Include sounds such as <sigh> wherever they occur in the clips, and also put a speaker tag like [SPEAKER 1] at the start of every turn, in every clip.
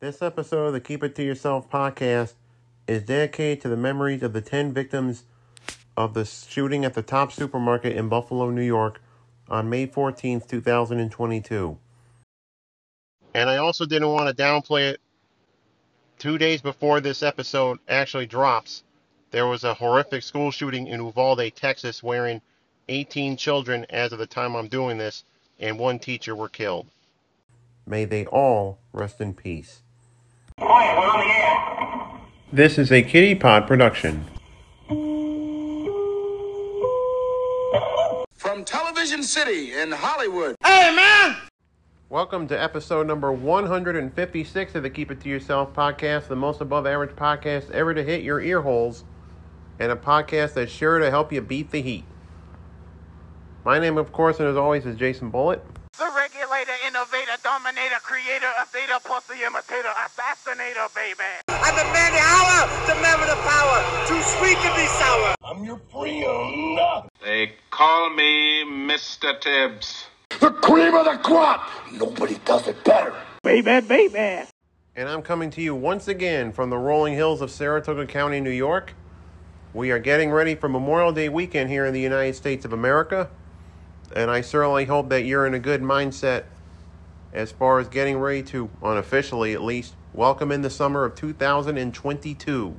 [SPEAKER 1] This episode of the Keep It To Yourself podcast is dedicated to the memories of the 10 victims of the shooting at the top supermarket in Buffalo, New York on May 14th, 2022. And I also didn't want to downplay it. Two days before this episode actually drops, there was a horrific school shooting in Uvalde, Texas, wherein 18 children, as of the time I'm doing this, and one teacher were killed. May they all rest in peace.
[SPEAKER 2] Quiet, we're on the air.
[SPEAKER 1] This is a Kitty Pod production.
[SPEAKER 3] From Television City in Hollywood.
[SPEAKER 1] Welcome to episode number 156 of the Keep It To Yourself podcast, the most above average podcast ever to hit your ear holes, and a podcast that's sure to help you beat the heat. My name, of course, and as always, is Jason Bullitt.
[SPEAKER 4] The regulator, innovator, dominator, creator, updater, pussy imitator, assassinator, baby.
[SPEAKER 5] I demand the hour, demand the power, too sweet to be sour.
[SPEAKER 6] They call me Mr. Tibbs.
[SPEAKER 2] The cream of the crop. Nobody does it better.
[SPEAKER 1] And I'm coming to you once again from the rolling hills of Saratoga County, New York. We are getting ready for Memorial Day weekend here in the United States of America. And I certainly hope that you're in a good mindset as far as getting ready to, unofficially at least, welcome in the summer of 2022.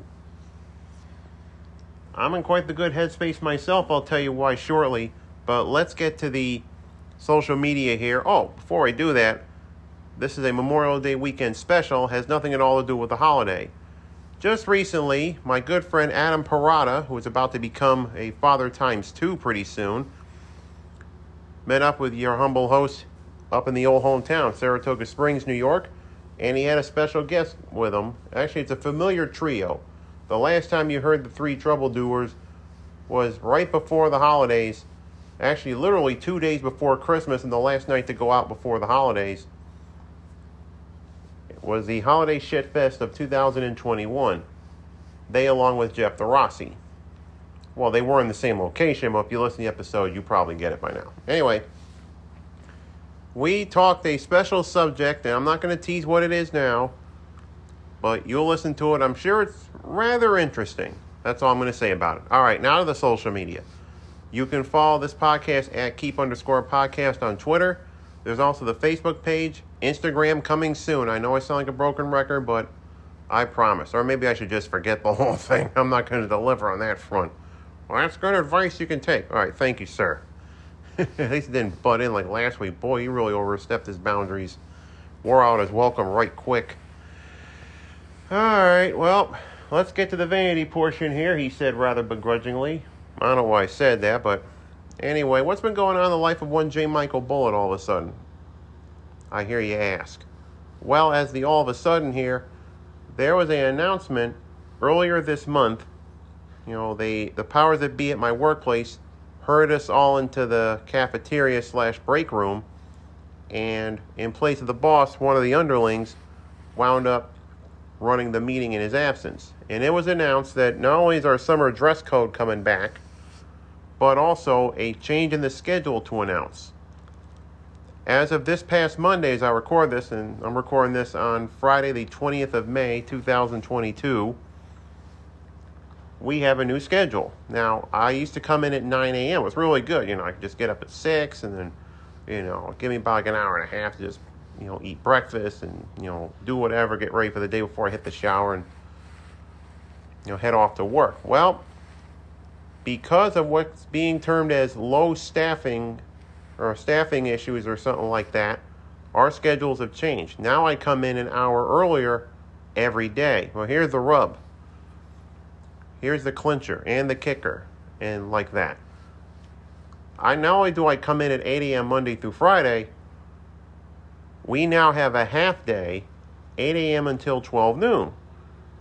[SPEAKER 1] I'm in quite the good headspace myself, I'll tell you why shortly. But let's get to the social media here. Oh, before I do that, this is a Memorial Day weekend special, has nothing at all to do with the holiday. Just recently, my good friend Adam Parada, who is about to become a father times two pretty soon, met up with your humble host up in the old hometown, Saratoga Springs, New York, and he had a special guest with him. Actually, it's a familiar trio. The last time you heard the three troubledoers was right before the holidays, actually, literally two days before Christmas, and the last night to go out before the holidays was the Holiday Shit Fest of 2021. They, along with Jeff the Rossi. Well, they were in the same location, but if you listen to the episode, you probably get it by now. Anyway, we talked a special subject, and I'm not going to tease what it is now, but you'll listen to it. I'm sure it's rather interesting. That's all I'm going to say about it. All right, now to the social media. You can follow this podcast at keep underscore podcast on Twitter. There's also the Facebook page, Instagram coming soon. I know I sound like a broken record, but I promise. Or maybe I should just forget the <laughs> whole thing. I'm not going to deliver on that front. Well, that's good advice you can take. All right, thank you, sir. <laughs> At least it didn't butt in like last week. Boy, he really overstepped his boundaries. Wore out his welcome right quick. All right, well, let's get to the vanity portion here, he said rather begrudgingly. I don't know why I said that, but anyway, what's been going on in the life of one J. Michael Bullitt all of a sudden? I hear you ask. Well, as the all of a sudden here, there was an announcement earlier this month. You know, they the powers that be at my workplace herded us all into the cafeteria slash break room, and in place of the boss, one of the underlings wound up running the meeting in his absence. And it was announced that not only is our summer dress code coming back, but also a change in the schedule to announce as of this past Monday, as I record this, and I'm recording this on Friday, the 20th of May, 2022, we have a new schedule. Now, I used to come in at 9 a.m. It was really good. You know, I could just get up at 6 and then, you know, give me about like an hour and a half to just, you know, eat breakfast and, you know, do whatever, get ready for the day before I hit the shower and, you know, head off to work. Well, because of what's being termed as low staffing or staffing issues or something like that, our schedules have changed. Now I come in an hour earlier every day. Well, here's the rub. Here's the clincher and the kicker and like that. I not only do I come in at 8 a.m. Monday through Friday, we now have a half day, 8 a.m. until 12 noon.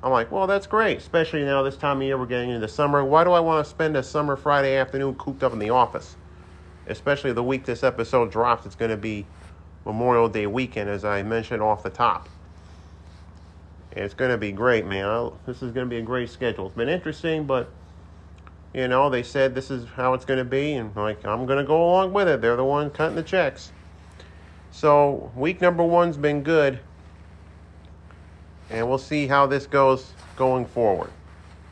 [SPEAKER 1] I'm like, well, that's great, especially now this time of year we're getting into summer. Why do I want to spend a summer Friday afternoon cooped up in the office? especially the week this episode drops, it's going to be Memorial Day weekend, as I mentioned off the top. And It's going to be great, man. I, this is going to be a great schedule. It's been interesting, but you know they said this is how it's going to be, and like I'm going to go along with it. They're the one cutting the checks. So week number one's been good. and we'll see how this goes going forward.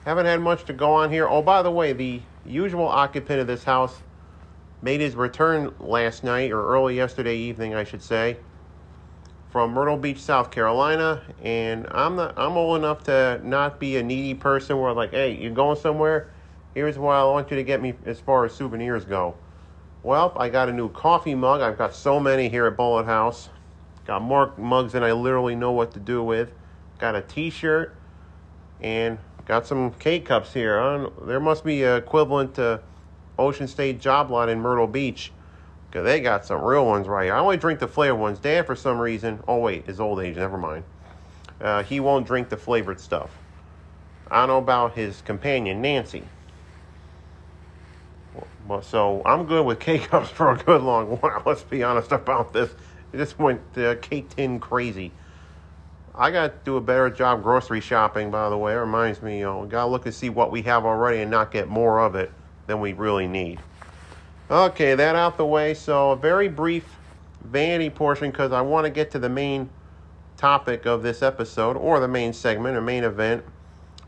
[SPEAKER 1] Haven't had much to go on here. Oh, by the way, the usual occupant of this house made his return last night or early yesterday evening, I should say, from Myrtle Beach, South Carolina. And I'm not, I'm old enough to not be a needy person where I'm like, hey, you going somewhere? Here's what I want you to get me as far as souvenirs go. Well, I got a new coffee mug. I've got so many here at Bullet House. Got more mugs than I literally know what to do with. Got a T-shirt and got some K cups here. I don't, there must be a equivalent to Ocean State Job Lot in Myrtle Beach, 'cause they got some real ones right here. I only drink the flavored ones. Dad, for some reason, oh wait, his old age. Never mind. Uh, he won't drink the flavored stuff. I know about his companion Nancy. Well, so I'm good with K cups <laughs> for a good long while. Let's be honest about this. It just went uh, K tin crazy. I got to do a better job grocery shopping, by the way. It reminds me, you know, got to look and see what we have already and not get more of it than we really need. Okay, that out the way. So, a very brief vanity portion because I want to get to the main topic of this episode or the main segment or main event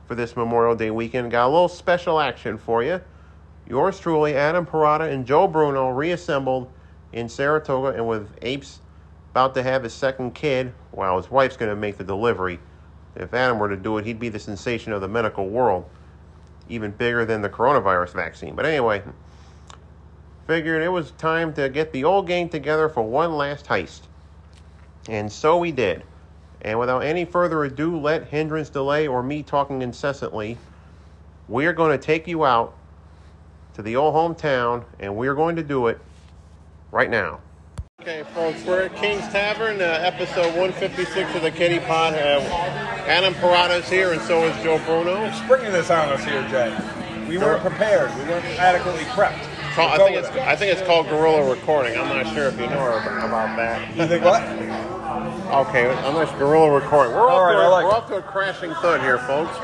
[SPEAKER 1] for this Memorial Day weekend. Got a little special action for you. Yours truly, Adam Parada and Joe Bruno reassembled in Saratoga and with Apes about to have his second kid. Wow, his wife's going to make the delivery. If Adam were to do it, he'd be the sensation of the medical world, even bigger than the coronavirus vaccine. But anyway, figured it was time to get the old gang together for one last heist. And so we did. And without any further ado, let hindrance delay or me talking incessantly, we're going to take you out to the old hometown, and we're going to do it right now. Okay, folks, we're at King's Tavern, uh, episode 156 of the Kitty Pod. Uh, Adam Parada's here, and so is Joe Bruno.
[SPEAKER 7] springing this on us here, Jay. We weren't prepared. We weren't adequately prepped.
[SPEAKER 1] Ca- I think it's I think it's called guerrilla recording. I'm not sure if you know ab- about that.
[SPEAKER 7] You think what?
[SPEAKER 1] Okay, unless guerrilla recording. We're off,
[SPEAKER 7] All right,
[SPEAKER 1] to, a-
[SPEAKER 7] I like
[SPEAKER 1] we're
[SPEAKER 7] it.
[SPEAKER 1] off to a crashing thud here, folks.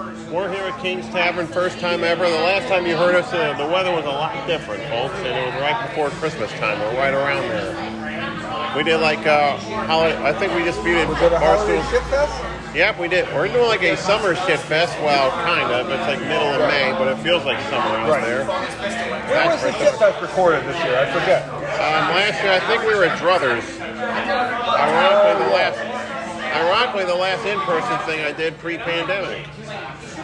[SPEAKER 1] <laughs> But uh, we're here at King's Tavern, first time ever. The last time you heard us, uh, the weather was a lot different, folks, and it was right before Christmas time. We're right around there. We did like uh, holiday. I think we just feuded
[SPEAKER 7] Was it a holiday
[SPEAKER 1] Barstool.
[SPEAKER 7] shit fest?
[SPEAKER 1] Yep, we did. We're doing like a summer shit fest. Well, kind of. It's like middle of May, but it feels like summer out
[SPEAKER 7] Right.
[SPEAKER 1] there.
[SPEAKER 7] Where was the shit fest recorded this year? I forget.
[SPEAKER 1] Um, last year, I think we were at Druthers. Ironically, the last, ironically, the last in-person thing I did pre-pandemic.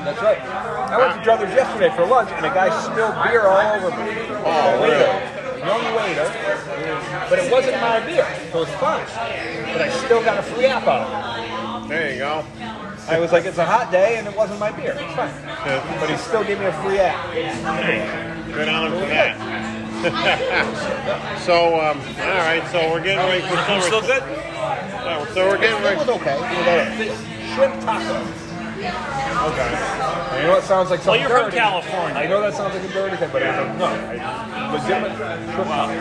[SPEAKER 7] That's right. I went to Druthers yesterday for lunch, and a guy spilled beer all over me.
[SPEAKER 1] Oh,
[SPEAKER 7] The waiter,
[SPEAKER 1] really?
[SPEAKER 7] Young waiter. But it wasn't my beer. It was fine. But I still got a free app out of
[SPEAKER 1] There you go.
[SPEAKER 7] it. I was like, it's a hot day, and it wasn't my beer. It's fine.
[SPEAKER 1] Yeah.
[SPEAKER 7] But he still gave me a free app.
[SPEAKER 1] Good on him for that. <laughs> so, um, all right. So we're getting ready for summer.
[SPEAKER 7] Still good?
[SPEAKER 1] So we're getting
[SPEAKER 7] It was
[SPEAKER 1] ready.
[SPEAKER 7] okay. It was alright. Shrimp taco.
[SPEAKER 1] Okay.
[SPEAKER 7] I know it sounds like something
[SPEAKER 8] you're from
[SPEAKER 7] dirty.
[SPEAKER 8] California.
[SPEAKER 7] I know that sounds like a dirty thing, but I was like, no, I, legitimate. shrimp taco.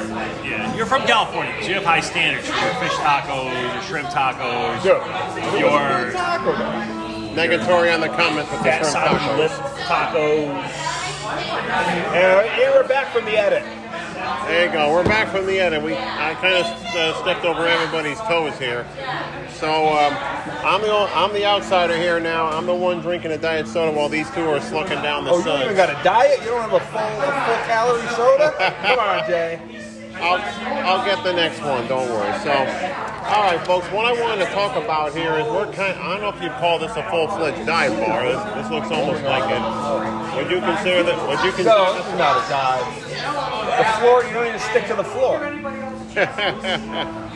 [SPEAKER 8] Yeah, you're from California, so you have high standards for your fish tacos, your shrimp tacos,
[SPEAKER 7] Dude, it was a
[SPEAKER 8] your
[SPEAKER 7] taco though.
[SPEAKER 1] Negatory on the comments with the
[SPEAKER 8] that
[SPEAKER 1] shrimp
[SPEAKER 8] side
[SPEAKER 1] taco.
[SPEAKER 8] lift tacos.
[SPEAKER 7] And, and we're back from the edit.
[SPEAKER 1] There you go. We're back from the edit. We I kind of uh, stepped over everybody's toes here. So um, I'm the I'm the outsider here now. I'm the one drinking a diet soda while these two are slucking down the
[SPEAKER 7] Oh, you
[SPEAKER 1] sun.
[SPEAKER 7] even got a diet? You don't have a full, a full calorie soda? Come on, Jay.
[SPEAKER 1] I'll, I'll get the next one. Don't worry. So, all right, folks. What I wanted to talk about here is we're kind. I don't know if you call this a full-fledged dive bar. This, this looks almost like it. Would you consider that? Would you consider?
[SPEAKER 7] No, this is not a dive. The floor, you don't even stick to the floor.
[SPEAKER 1] <laughs>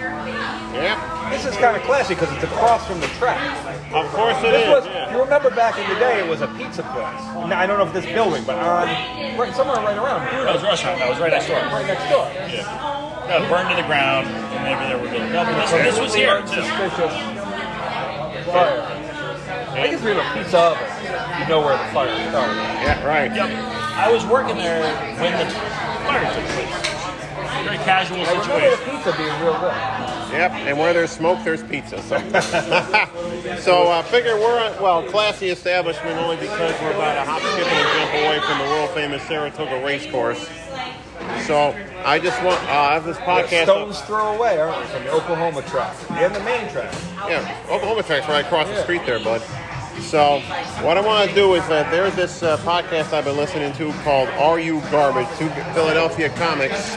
[SPEAKER 1] Yeah.
[SPEAKER 7] This is kind of classy because it's across from the track.
[SPEAKER 1] Of course it
[SPEAKER 7] This
[SPEAKER 1] is.
[SPEAKER 7] was,
[SPEAKER 1] yeah.
[SPEAKER 7] you remember back in the day, it was a pizza place. Now, I don't know if this building, but on, right, somewhere right around,
[SPEAKER 8] That was a restaurant. That was right next door.
[SPEAKER 7] right next door.
[SPEAKER 8] Got burned to the ground, and over there we're building. No, but this, this was here too.
[SPEAKER 7] Suspicious fire. I guess we have a pizza oven. You know where the fire started.
[SPEAKER 1] Yeah. Right.
[SPEAKER 8] Yep. I was working there when the fire took place. Very casual
[SPEAKER 7] I remember
[SPEAKER 8] situation.
[SPEAKER 7] the pizza being real good.
[SPEAKER 1] Yep, and where there's smoke, there's pizza. So, <laughs> so I figure we're a well classy establishment only because we're about a hop, skip, and a jump away from the world famous Saratoga race course. So I just want uh, this podcast.
[SPEAKER 7] Stones throw away, aren't we? From the Oklahoma track and the main track.
[SPEAKER 1] Yeah, Oklahoma Tech's right across the street there, bud. So, what I want to do is that there's this uh, podcast I've been listening to called Are You Garbage? Two Philadelphia comics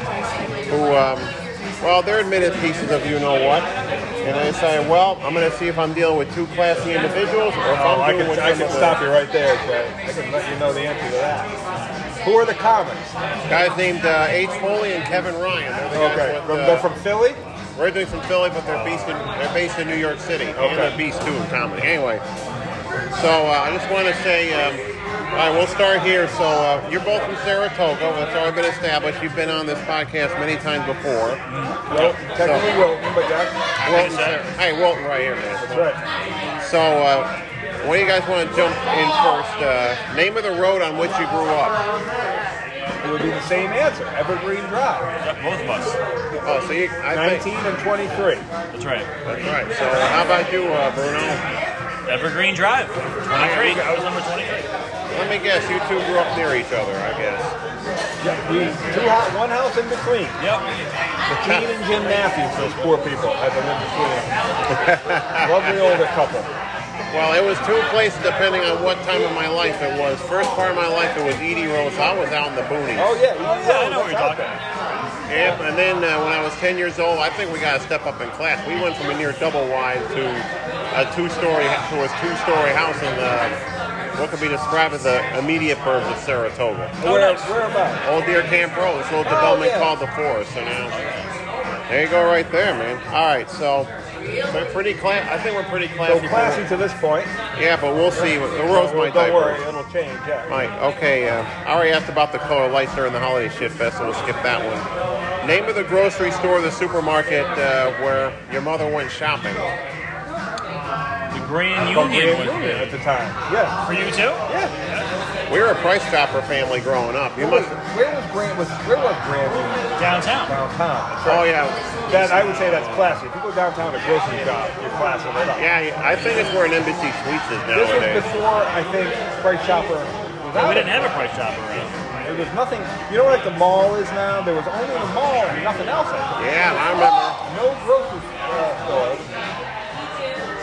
[SPEAKER 1] who, um, well, they're admitted pieces of you know what. And they say, well, I'm going to see if I'm dealing with two classy individuals or if I'm
[SPEAKER 7] Oh, I
[SPEAKER 1] doing
[SPEAKER 7] can,
[SPEAKER 1] with
[SPEAKER 7] I
[SPEAKER 1] some
[SPEAKER 7] can
[SPEAKER 1] of the-
[SPEAKER 7] stop you right there, Jay. I can let you know the answer to that. Who are the comics?
[SPEAKER 1] Guys named uh, H. Foley and Kevin Ryan. They're the guys
[SPEAKER 7] Okay,
[SPEAKER 1] with,
[SPEAKER 7] from,
[SPEAKER 1] uh,
[SPEAKER 7] they're from Philly.
[SPEAKER 1] Originally from Philly, but they're based in they're based in New York City,
[SPEAKER 7] Okay.
[SPEAKER 1] and they're beast too in comedy. Anyway, so uh, I just want to say, um, all right, we'll start here. So uh, you're both from Saratoga. Well, it's already been established. You've been on this podcast many times before.
[SPEAKER 7] Well, technically Wilton, but yeah,
[SPEAKER 1] Wilton, Sar- hey, Wilton, right here, man.
[SPEAKER 7] Oh. that's right.
[SPEAKER 1] So, uh, what do you guys want to jump in first? Uh, name of the road on which you grew up.
[SPEAKER 7] It would be the same answer. Evergreen Drive,
[SPEAKER 9] Yep, both of us.
[SPEAKER 1] Oh, so you, I think.
[SPEAKER 7] nineteen and twenty-three.
[SPEAKER 9] That's right.
[SPEAKER 1] That's right. So, how about you, uh, Bruno?
[SPEAKER 9] Evergreen Drive. 23. I was number 23.
[SPEAKER 1] Let me guess. You two grew up near each other, I guess.
[SPEAKER 7] Yeah, we two hou- one house in between.
[SPEAKER 9] Yep.
[SPEAKER 7] The Keen and Jim Matthews, those poor people, had to live between them. Lovely older couple.
[SPEAKER 1] Well, it was two places depending on what time of my life it was. First part of my life, it was Edie Rose. I was out in the boonies.
[SPEAKER 7] Oh yeah, oh,
[SPEAKER 9] yeah, I know what you're talking
[SPEAKER 1] Yep. And then uh, when I was 10 years old, I think we got to step up in class. We went from a near double wide to a two-story to a two-story house in the, what could be described as the immediate burbs of Saratoga.
[SPEAKER 7] Where,
[SPEAKER 9] nice.
[SPEAKER 7] where about?
[SPEAKER 1] Old Deer Camp Road. This little development
[SPEAKER 7] Oh, yeah.
[SPEAKER 1] called the Forest. So now, there you go, right there, man. All right, so we're pretty class. I think we're pretty
[SPEAKER 7] So
[SPEAKER 1] classy. for-
[SPEAKER 7] classy to this point.
[SPEAKER 1] Yeah, but we'll see. The roads
[SPEAKER 7] Well,
[SPEAKER 1] might
[SPEAKER 7] Don't
[SPEAKER 1] diverge.
[SPEAKER 7] worry, it'll change. Yeah.
[SPEAKER 1] Mike, okay, uh, I already asked about the color lights during the holiday shit fest, so we'll skip that one. Name of the grocery store, the supermarket uh, where your mother went shopping.
[SPEAKER 9] The Grand
[SPEAKER 7] From
[SPEAKER 9] Union
[SPEAKER 7] Grand
[SPEAKER 9] was
[SPEAKER 7] Union at
[SPEAKER 9] big.
[SPEAKER 7] the time. Yeah.
[SPEAKER 9] For you too?
[SPEAKER 7] Yeah.
[SPEAKER 1] We were a Price Chopper family growing up. You
[SPEAKER 7] Where
[SPEAKER 1] must.
[SPEAKER 7] was, where was Grand? Was where was Grand Union
[SPEAKER 9] Downtown.
[SPEAKER 7] downtown? That's
[SPEAKER 1] Oh
[SPEAKER 7] right.
[SPEAKER 1] yeah,
[SPEAKER 7] That I would say that's classy. If you go downtown to grocery shop, you're classy. Right up.
[SPEAKER 1] yeah. I think it's where an Embassy Suites is
[SPEAKER 7] This was
[SPEAKER 1] nowadays.
[SPEAKER 7] before I think Price Chopper was out.
[SPEAKER 9] We didn't have a price shop around.
[SPEAKER 7] There was nothing. You know what the mall is now? There was only the mall and nothing else. I think.
[SPEAKER 1] Yeah, I remember.
[SPEAKER 7] No grocery uh, stores.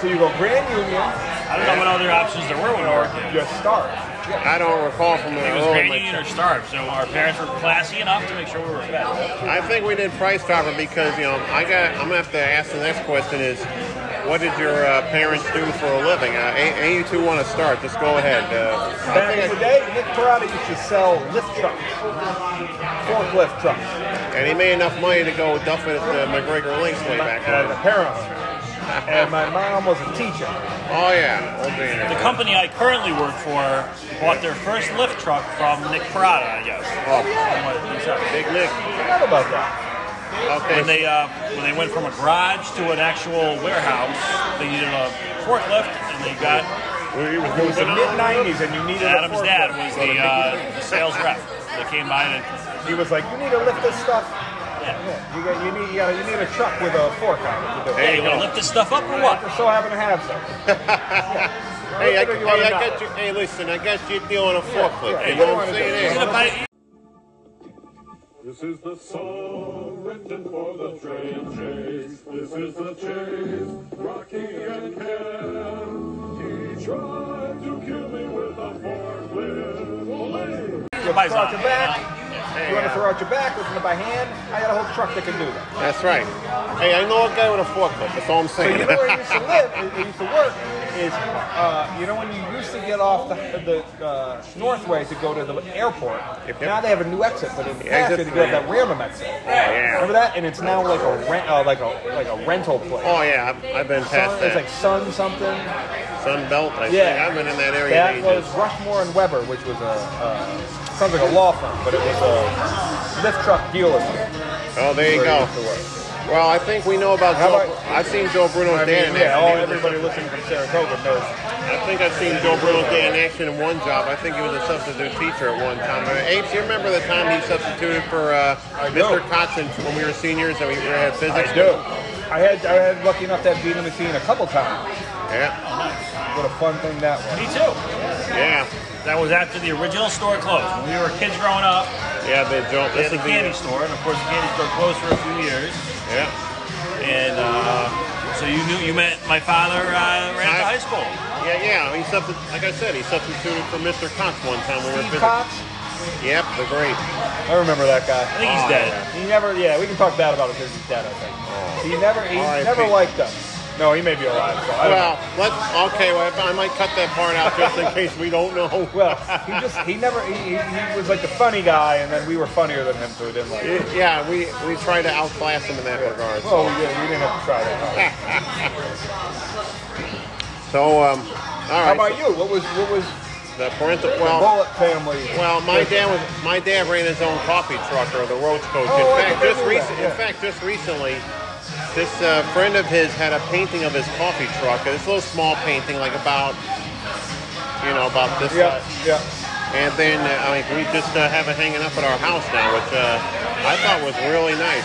[SPEAKER 7] So you go Grand Union,
[SPEAKER 9] I don't know what other options there were when we were kids.
[SPEAKER 7] you start.
[SPEAKER 1] I don't recall from the
[SPEAKER 9] It was
[SPEAKER 1] oh,
[SPEAKER 9] Grand
[SPEAKER 1] my-
[SPEAKER 9] Union or Starve, so our parents were classy enough to make sure we were fed.
[SPEAKER 1] I think we did Price Chopper because you know I got. I'm gonna have to ask the next question is. What did your uh, parents do for a living? Uh, and, and you two want to start? Just go ahead. Uh, I
[SPEAKER 7] Back
[SPEAKER 1] think I-
[SPEAKER 7] in the day, Nick Parada used to sell lift trucks, forklift trucks,
[SPEAKER 1] And he made enough money to go duff it at the McGregor Links way back then.
[SPEAKER 7] and apparently. And my mom was a teacher.
[SPEAKER 1] Oh yeah, old man.
[SPEAKER 9] The company I currently work for bought their first lift truck from Nick Parada, I guess. From what he said.
[SPEAKER 1] Big Nick.
[SPEAKER 7] I forgot about that.
[SPEAKER 9] When
[SPEAKER 1] Okay.
[SPEAKER 9] they uh, when they went from a garage to an actual warehouse, they needed a forklift, and they got
[SPEAKER 7] It was the mid '90s, and you needed a
[SPEAKER 9] Adam's
[SPEAKER 7] forklift.
[SPEAKER 9] dad was
[SPEAKER 7] So
[SPEAKER 9] the,
[SPEAKER 7] Mickey-
[SPEAKER 9] uh, the sales rep. They came by and
[SPEAKER 7] He was like, "You need to lift this stuff.
[SPEAKER 9] yeah,
[SPEAKER 7] Yeah, you, got, you need you, got, you need a truck with a fork on it to do
[SPEAKER 9] hey,
[SPEAKER 7] it."
[SPEAKER 9] you gonna lift this stuff up or
[SPEAKER 7] I
[SPEAKER 9] what?
[SPEAKER 7] just so happen to have some.
[SPEAKER 1] Hey, I,
[SPEAKER 7] Whether you want
[SPEAKER 1] hey, I
[SPEAKER 7] to
[SPEAKER 1] got
[SPEAKER 7] not.
[SPEAKER 1] you. Hey, listen, I got you deal on a forklift.
[SPEAKER 7] yeah.
[SPEAKER 1] You know what I'm
[SPEAKER 7] Hey,
[SPEAKER 9] You
[SPEAKER 1] saying?
[SPEAKER 9] gonna buy-
[SPEAKER 10] This is the song written for the train chase. This is the chase, Rocky and Ken. He tried to kill me with a forklift. Olé!
[SPEAKER 7] You want to throw out your back?
[SPEAKER 1] Hey,
[SPEAKER 7] You want to
[SPEAKER 1] uh,
[SPEAKER 7] throw out your back? Lifting it by hand? I got a whole truck that can do that.
[SPEAKER 1] That's right. Hey, I know a guy with a forklift. That's all I'm
[SPEAKER 7] So you
[SPEAKER 1] saying.
[SPEAKER 7] know where I used to live,
[SPEAKER 1] <laughs>
[SPEAKER 7] I used to work, is, uh, you know when you used to get off the, the uh, Northway to go to the airport,
[SPEAKER 1] Yep, yep.
[SPEAKER 7] now they have a new exit, but in the past
[SPEAKER 1] exit
[SPEAKER 7] you had to go to
[SPEAKER 1] for-
[SPEAKER 7] that Random exit.
[SPEAKER 1] Yeah.
[SPEAKER 7] Remember that? And it's now like a rent, uh, like a like a rental place.
[SPEAKER 1] Oh yeah, I've, I've been past
[SPEAKER 7] Sun, it's like
[SPEAKER 1] that.
[SPEAKER 7] Sun something.
[SPEAKER 1] Sun Belt. I think
[SPEAKER 7] Yeah,
[SPEAKER 1] I've been in that area.
[SPEAKER 7] That was
[SPEAKER 1] ages.
[SPEAKER 7] Rushmore and Weber, which was a uh, sounds like a law firm, but it was a lift truck dealership.
[SPEAKER 1] Oh, there you
[SPEAKER 7] where
[SPEAKER 1] go.
[SPEAKER 7] I used to work.
[SPEAKER 1] Well, I think we know about
[SPEAKER 7] How
[SPEAKER 1] Joe.
[SPEAKER 7] about-
[SPEAKER 1] I've seen Joe Bruno's
[SPEAKER 7] I
[SPEAKER 1] dad in
[SPEAKER 7] mean, yeah, all
[SPEAKER 1] action.
[SPEAKER 7] everybody listening from Saratoga knows.
[SPEAKER 1] I think I've seen Joe Bruno's dad in action in one job. I think he was a substitute teacher at one time. I mean, Apes, you remember the time he substituted for uh, Mr.
[SPEAKER 7] do.
[SPEAKER 1] Kotzen when we were seniors and we we had physics?
[SPEAKER 7] I had I had lucky enough to have Gina Messina a couple times.
[SPEAKER 1] Yeah.
[SPEAKER 7] What a fun thing that was.
[SPEAKER 9] Me too.
[SPEAKER 1] Yeah.
[SPEAKER 9] That was after the original store closed. When we were kids growing up,
[SPEAKER 1] Yeah, they don't.
[SPEAKER 9] we
[SPEAKER 1] This
[SPEAKER 9] had the
[SPEAKER 1] would be.
[SPEAKER 9] candy store, and of course the candy store closed for a few years.
[SPEAKER 1] Yeah.
[SPEAKER 9] And uh, so you knew you met my father uh,
[SPEAKER 1] I-
[SPEAKER 9] right after high school.
[SPEAKER 1] Yeah, yeah. He substituted, like I said, he substituted for Mr. Cox one time when we were physics.
[SPEAKER 7] Steve Cox.
[SPEAKER 1] Yep, the great.
[SPEAKER 7] I remember that guy.
[SPEAKER 9] I think he's
[SPEAKER 1] Oh,
[SPEAKER 9] dead.
[SPEAKER 7] He never, yeah, we can talk bad about him because he's dead, I think.
[SPEAKER 1] Oh.
[SPEAKER 7] He never, he
[SPEAKER 1] R.I.P.
[SPEAKER 7] never liked us. No, he may be alive. So I don't
[SPEAKER 1] Well, let's. Okay, well, I might cut that part out just in case we don't know.
[SPEAKER 7] know. <laughs> well, he just, he never, he, he, he was like the funny guy, and then we were funnier than him, so we didn't like him.
[SPEAKER 1] <laughs> Yeah, we we try to outclass him in that regard.
[SPEAKER 7] Well, we didn't, we didn't have to try that hard.
[SPEAKER 1] So, um, all right.
[SPEAKER 7] How about you? What was, what was
[SPEAKER 1] The parental.
[SPEAKER 7] the
[SPEAKER 1] Well,
[SPEAKER 7] Bullet family?
[SPEAKER 1] well, my dad was my dad ran his own coffee truck or the roach coach.
[SPEAKER 7] Oh, I
[SPEAKER 1] in fact,
[SPEAKER 7] think I
[SPEAKER 1] just
[SPEAKER 7] knew that,
[SPEAKER 1] recent.
[SPEAKER 7] yeah.
[SPEAKER 1] In fact, just recently, this uh, friend of his had a painting of his coffee truck. This little small painting, like about you know about this
[SPEAKER 7] Yeah,
[SPEAKER 1] size.
[SPEAKER 7] yeah.
[SPEAKER 1] And then, uh, I mean, we just uh, have it hanging up at our house now, which uh, I thought was really nice.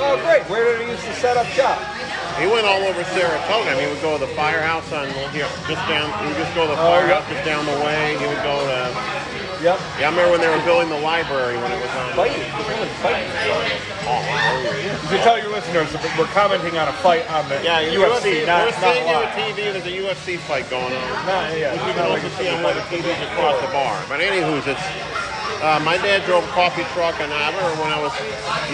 [SPEAKER 7] Oh, great. Where did he used to set up shop?
[SPEAKER 1] He went all over Saratoga. I mean, he would go to the firehouse on here, just down. He would just go to the
[SPEAKER 7] Oh,
[SPEAKER 1] firehouse
[SPEAKER 7] yeah.
[SPEAKER 1] just down the way. He would go to.
[SPEAKER 7] Yep.
[SPEAKER 1] Yeah, I remember when they were building the library when it was on.
[SPEAKER 7] Fight. Fight. You should tell your listeners that we're commenting on a fight on the
[SPEAKER 1] Yeah,
[SPEAKER 7] UFC, not,
[SPEAKER 1] we're
[SPEAKER 7] not
[SPEAKER 1] seeing you on
[SPEAKER 7] live.
[SPEAKER 1] TV. There's a UFC fight going on.
[SPEAKER 7] Not, yeah,
[SPEAKER 1] Which you
[SPEAKER 7] not
[SPEAKER 1] can
[SPEAKER 7] like
[SPEAKER 1] also
[SPEAKER 7] it's
[SPEAKER 1] see on
[SPEAKER 7] something
[SPEAKER 1] other
[SPEAKER 7] like-
[SPEAKER 1] TVs across the bar. But anywho's, it's uh, my dad drove a coffee truck, and I remember when I was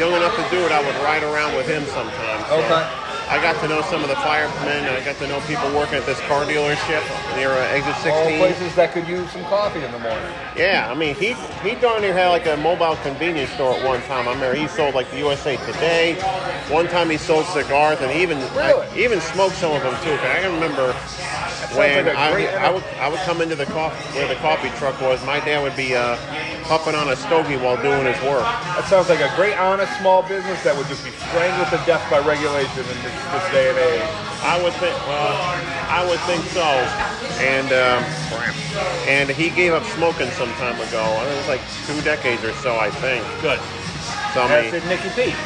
[SPEAKER 1] young enough to do it, I would ride around with him sometimes. So
[SPEAKER 7] Okay.
[SPEAKER 1] I got to know some of the firemen. I got to know people working at this car dealership near uh, Exit
[SPEAKER 7] All
[SPEAKER 1] 16.
[SPEAKER 7] places that could use some coffee in the morning.
[SPEAKER 1] Yeah, I mean, he he darn near had like a mobile convenience store at one time. I remember he sold like the USA Today. One time he sold cigars and he even I-
[SPEAKER 7] Really?
[SPEAKER 1] he even smoked some of them too. 'cause I can remember when
[SPEAKER 7] like a
[SPEAKER 1] I,
[SPEAKER 7] great-
[SPEAKER 1] I would I would come into the coffee where the coffee truck was. My dad would be uh, puffing on a stogie while doing his work.
[SPEAKER 7] That sounds like a great, honest small business that would just be strangled to death by regulation in this, this day and age.
[SPEAKER 1] I would think well, I would think so. And um, and he gave up smoking some time ago. It was like two decades or so, I think.
[SPEAKER 9] Good.
[SPEAKER 1] So I mean,
[SPEAKER 7] That's it, Nicky P.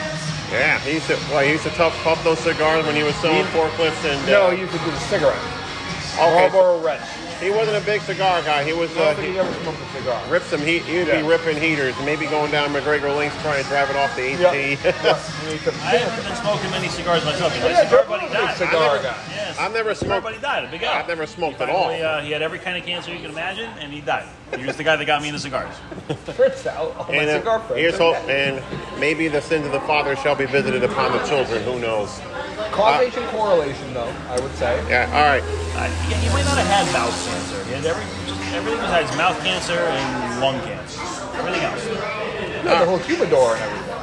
[SPEAKER 1] Yeah, he used to. Well, he used to tough puff those cigars when he was selling
[SPEAKER 7] He-
[SPEAKER 1] forklifts and.
[SPEAKER 7] No,
[SPEAKER 1] uh,
[SPEAKER 7] you could do a cigarette.
[SPEAKER 1] okay, so
[SPEAKER 7] Marlboro Red.
[SPEAKER 1] he wasn't a big cigar guy. He was.
[SPEAKER 7] I
[SPEAKER 1] Uh,
[SPEAKER 7] don't think
[SPEAKER 1] he
[SPEAKER 7] he ever smoked a cigar.
[SPEAKER 1] ripped some. He, he'd
[SPEAKER 7] Yeah.
[SPEAKER 1] be ripping heaters, maybe going down McGregor Links trying to drive it off the E AT. <laughs>
[SPEAKER 7] yeah. he took-
[SPEAKER 9] I haven't been smoking many cigars myself.
[SPEAKER 7] Yeah,
[SPEAKER 9] My cigar
[SPEAKER 7] Joe
[SPEAKER 9] buddy
[SPEAKER 7] Rogan's a
[SPEAKER 9] died.
[SPEAKER 7] cigar
[SPEAKER 1] never-
[SPEAKER 7] guy.
[SPEAKER 9] Yes.
[SPEAKER 1] I've never
[SPEAKER 9] cigar
[SPEAKER 1] smoked.
[SPEAKER 9] buddy died. A big guy.
[SPEAKER 1] I've never smoked
[SPEAKER 9] he
[SPEAKER 1] at all.
[SPEAKER 9] finally, Uh, he had every kind of cancer you can imagine, and he died. He was the guy that got me into cigars.
[SPEAKER 7] Fritz out. All Oh, my
[SPEAKER 1] And, uh,
[SPEAKER 7] cigar friends.
[SPEAKER 1] here's
[SPEAKER 7] are
[SPEAKER 1] hope,
[SPEAKER 7] dead.
[SPEAKER 1] and maybe the sins of the father shall be visited upon the children. Who knows?
[SPEAKER 7] Causation correlation, though, I would say.
[SPEAKER 1] Yeah. All right.
[SPEAKER 9] Uh, yeah, he might not have had mouth cancer. He had every, just everything besides mouth cancer and lung cancer. Everything else.
[SPEAKER 7] You
[SPEAKER 1] Ah.
[SPEAKER 7] know, the whole humidor and everything.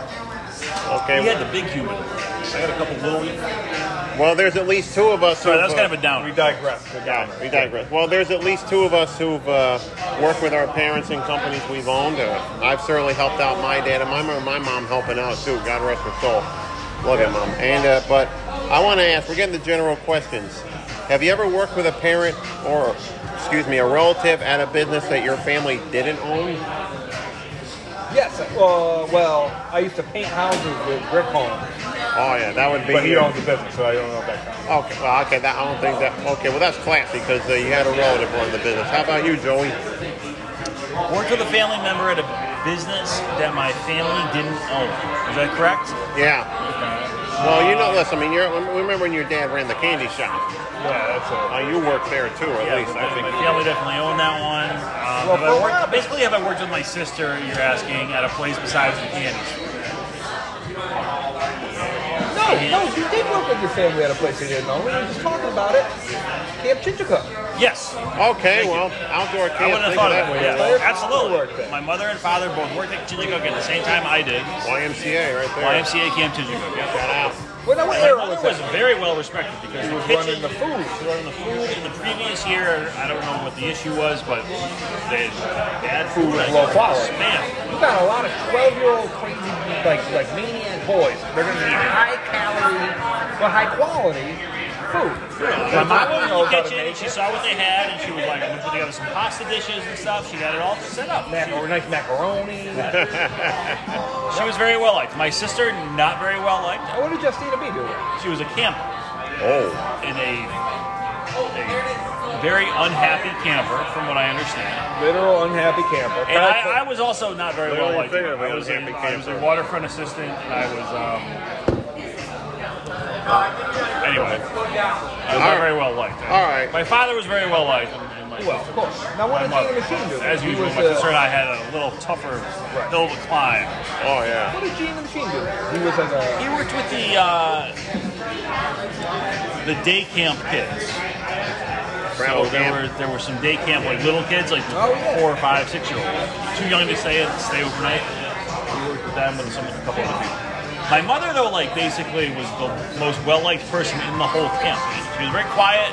[SPEAKER 1] Okay.
[SPEAKER 9] He had the big human. I got a couple little. Sorry,
[SPEAKER 1] well, there's at least two of us.
[SPEAKER 9] that was
[SPEAKER 1] who've,
[SPEAKER 9] kind of
[SPEAKER 1] uh,
[SPEAKER 9] a downer.
[SPEAKER 7] digress.
[SPEAKER 1] Yeah, we digress. Well, there's at least two of us who've uh, worked with our parents and companies we've owned. Uh, I've certainly helped out my dad, and I remember my mom helping out too. God rest her soul. Love you, mom. And uh, but I want to ask. We're getting the general questions. Have you ever worked with a parent or, excuse me, a relative at a business that your family didn't own?
[SPEAKER 7] Yes. Uh, well, I used to paint houses with Rick Holmes,
[SPEAKER 1] Oh yeah, that would be.
[SPEAKER 7] but he
[SPEAKER 1] you.
[SPEAKER 7] owns a business, so I don't know if that counts.
[SPEAKER 1] Okay, well, okay. That I don't think that. Okay, well, that's classy because uh, you had a relative run the business. How about you, Joey?
[SPEAKER 9] Worked with a family member at a business that my family didn't own. Is that correct?
[SPEAKER 1] Yeah. Well, you know, listen. I mean, you're, remember when your dad ran the candy shop?
[SPEAKER 7] Yeah, that's it.
[SPEAKER 1] Uh, you worked there too, or at
[SPEAKER 9] Yeah,
[SPEAKER 1] least
[SPEAKER 9] my,
[SPEAKER 1] I think.
[SPEAKER 9] my family definitely owned that one. Um,
[SPEAKER 7] Well,
[SPEAKER 9] have I
[SPEAKER 7] for
[SPEAKER 9] worked-
[SPEAKER 7] what?
[SPEAKER 9] basically, have I worked with my sister? You're asking at a place besides the candy store.
[SPEAKER 7] No, no, you did work with your family at a place you didn't know. We were just talking about it. Camp Chichico.
[SPEAKER 9] Yes,
[SPEAKER 1] Okay, well, outdoor
[SPEAKER 9] I
[SPEAKER 1] camp.
[SPEAKER 9] wouldn't
[SPEAKER 1] Think of
[SPEAKER 9] have thought
[SPEAKER 1] that
[SPEAKER 9] of it.
[SPEAKER 1] way.
[SPEAKER 9] Yeah,
[SPEAKER 7] Well, your father worked
[SPEAKER 9] absolutely.
[SPEAKER 7] there.
[SPEAKER 9] My mother and father both worked at Chichicook at the same time I did.
[SPEAKER 1] YMCA right there.
[SPEAKER 9] YMCA Camp Chichicook. Yeah.
[SPEAKER 1] Shout out.
[SPEAKER 7] Well, that
[SPEAKER 9] My
[SPEAKER 7] era was
[SPEAKER 9] mother was
[SPEAKER 7] that?
[SPEAKER 9] very well respected because
[SPEAKER 7] He
[SPEAKER 9] the
[SPEAKER 7] was running
[SPEAKER 9] kitchen,
[SPEAKER 7] the food.
[SPEAKER 9] she was running the food in the previous year. I don't know what the issue was, but they had bad food.
[SPEAKER 7] was
[SPEAKER 9] I
[SPEAKER 7] low
[SPEAKER 9] guess.
[SPEAKER 7] quality.
[SPEAKER 9] Spam.
[SPEAKER 7] You got a lot of 12 year old crazy, like, like maniac boys. They're going to eat high calorie, but high quality food.
[SPEAKER 9] My mom
[SPEAKER 7] I
[SPEAKER 9] went
[SPEAKER 7] know
[SPEAKER 9] in the
[SPEAKER 7] about
[SPEAKER 9] kitchen and she
[SPEAKER 7] it.
[SPEAKER 9] saw what they had, and she was like, "I'm gonna put together some pasta dishes and stuff." She had it all set up.
[SPEAKER 7] Mac- or nice macaroni.
[SPEAKER 9] She was very well liked. My sister, not very well liked.
[SPEAKER 7] what did Justina B do?
[SPEAKER 9] She was a camp
[SPEAKER 1] Oh,
[SPEAKER 9] in a, a very unhappy camper, from what I understand.
[SPEAKER 7] Literal unhappy camper.
[SPEAKER 9] And I, I was also not very well liked.
[SPEAKER 10] Literally
[SPEAKER 9] I was, in,
[SPEAKER 10] unhappy
[SPEAKER 9] I was a
[SPEAKER 10] camper.
[SPEAKER 9] waterfront assistant, and I was. Um, anyway, I was not very well liked.
[SPEAKER 1] All right.
[SPEAKER 9] My father was very well liked. and- and my
[SPEAKER 7] well, of
[SPEAKER 9] sister-
[SPEAKER 7] course. Now, what
[SPEAKER 9] my
[SPEAKER 7] did Jay
[SPEAKER 9] mother-
[SPEAKER 7] the Machine do?
[SPEAKER 9] As
[SPEAKER 7] He
[SPEAKER 9] usual,
[SPEAKER 7] was,
[SPEAKER 9] my
[SPEAKER 7] uh,
[SPEAKER 9] sister and I had a little tougher
[SPEAKER 7] Right.
[SPEAKER 9] hill to climb.
[SPEAKER 1] Oh yeah.
[SPEAKER 7] What did Gene the Machine do? He was like a.
[SPEAKER 9] He worked with the uh, the day camp kids. So
[SPEAKER 1] Travel
[SPEAKER 9] there
[SPEAKER 1] camp.
[SPEAKER 9] were there were some day camp like little kids, like
[SPEAKER 7] Oh, yeah.
[SPEAKER 9] four, five, six year olds, too young to stay stay overnight. We worked with them with some a couple other people. My mother though, like basically was the most well liked person in the whole camp. She was very quiet,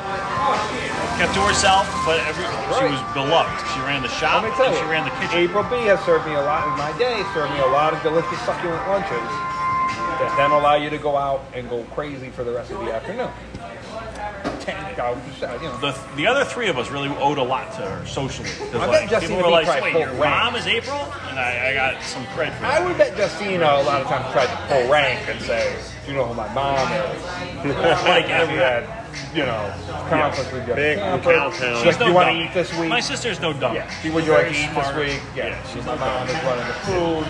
[SPEAKER 9] kept to herself, but every she
[SPEAKER 7] Right.
[SPEAKER 9] was beloved. She ran the shop
[SPEAKER 7] Let me tell
[SPEAKER 9] and
[SPEAKER 7] you,
[SPEAKER 9] she ran the kitchen.
[SPEAKER 7] April B has served me a lot in my day, served me a lot of delicious, succulent lunches that then allow you to go out and go crazy for the rest of the afternoon. Ten dollars, you know.
[SPEAKER 9] The, the other three of us really owed a lot to her socially. 'Cause,
[SPEAKER 7] I bet
[SPEAKER 9] like,
[SPEAKER 7] Justine
[SPEAKER 9] people
[SPEAKER 7] would
[SPEAKER 9] were
[SPEAKER 7] be
[SPEAKER 9] like,
[SPEAKER 7] probably
[SPEAKER 9] "Wait,
[SPEAKER 7] full
[SPEAKER 9] your
[SPEAKER 7] rank.
[SPEAKER 9] mom is April?" And I, I got some credit for
[SPEAKER 7] I would bet Justina a lot of times tried to pull rank and say, "Do you know who my mom
[SPEAKER 9] <laughs>
[SPEAKER 7] is?" like if you had, you know, conference with your
[SPEAKER 1] Big
[SPEAKER 7] camper.
[SPEAKER 1] cowtown.
[SPEAKER 7] She's like,
[SPEAKER 9] no
[SPEAKER 7] "Do you want to
[SPEAKER 9] dummy.
[SPEAKER 7] eat this week?
[SPEAKER 9] My sister's no dummy.
[SPEAKER 7] yeah.
[SPEAKER 9] She
[SPEAKER 7] Would
[SPEAKER 9] was
[SPEAKER 7] you like to
[SPEAKER 9] very
[SPEAKER 7] eat this
[SPEAKER 9] smart.
[SPEAKER 7] week? Yeah.
[SPEAKER 9] she's
[SPEAKER 7] my
[SPEAKER 9] not
[SPEAKER 7] mom is running the food.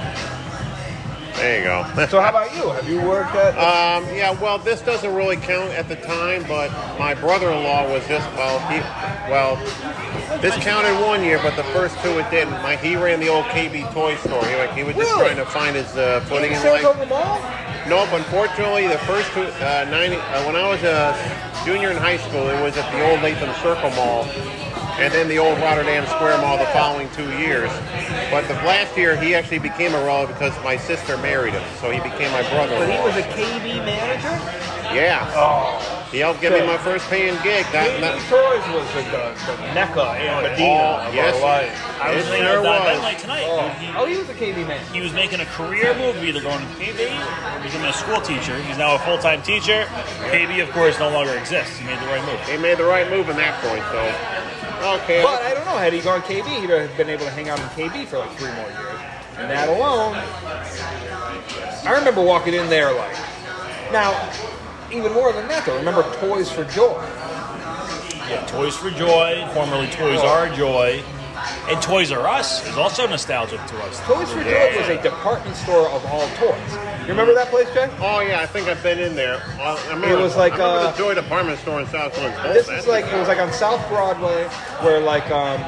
[SPEAKER 1] There you
[SPEAKER 9] <laughs>
[SPEAKER 1] go.
[SPEAKER 7] So how about you? Have you worked at?
[SPEAKER 1] <laughs> Um, yeah, well, this doesn't really count at the time, but my brother-in-law was just well, he, well, this counted one year, but the first two it didn't. My he ran the old KB toy store. He like he was just
[SPEAKER 7] Really?
[SPEAKER 1] trying to find his uh, footing in
[SPEAKER 7] Sales on
[SPEAKER 1] life.
[SPEAKER 7] the mall?
[SPEAKER 1] Nope, unfortunately, the first two uh, ninety uh, when I was a junior in high school, it was at the old Latham Circle Mall, and then the old Rotterdam Square Mall the following two years. But the last year, he actually became a relative because my sister married him, so he became my brother-in-law.
[SPEAKER 7] But he was a KB manager.
[SPEAKER 1] Yeah.
[SPEAKER 9] Oh,
[SPEAKER 1] he helped give me my first paying gig. That,
[SPEAKER 7] KB
[SPEAKER 1] that,
[SPEAKER 7] Toys was the, the, the mecca
[SPEAKER 1] Oh,
[SPEAKER 7] and Medina of
[SPEAKER 1] yes.
[SPEAKER 7] our life.
[SPEAKER 9] I was
[SPEAKER 1] It
[SPEAKER 9] thinking
[SPEAKER 1] sure
[SPEAKER 9] of that
[SPEAKER 1] was.
[SPEAKER 9] Ben Light tonight. dude.
[SPEAKER 7] Oh, he was a KB man.
[SPEAKER 9] He, he was making a career move, either going to KB or becoming a school teacher. He's now a full time teacher. KB, of course, no longer exists. He made the right move.
[SPEAKER 1] he made the right move in that point, so. Okay.
[SPEAKER 7] But I don't know, had he gone KB, he'd have been able to hang out in KB for like three more years. And that alone, I remember walking in there like, now, even more than that though, remember Toys for Joy.
[SPEAKER 9] Yeah, Toys for Joy, formerly Toys R Joy. And Toys R Us is also nostalgic to us.
[SPEAKER 7] Toys for Joy was a department store of all toys. You remember that place, Jay?
[SPEAKER 1] oh, yeah, I think I've been in there. Uh, I remember,
[SPEAKER 7] It was like,
[SPEAKER 1] I remember
[SPEAKER 7] uh,
[SPEAKER 1] the Joy Department store in South Flint.
[SPEAKER 7] This is like it was like on South Broadway, where like um,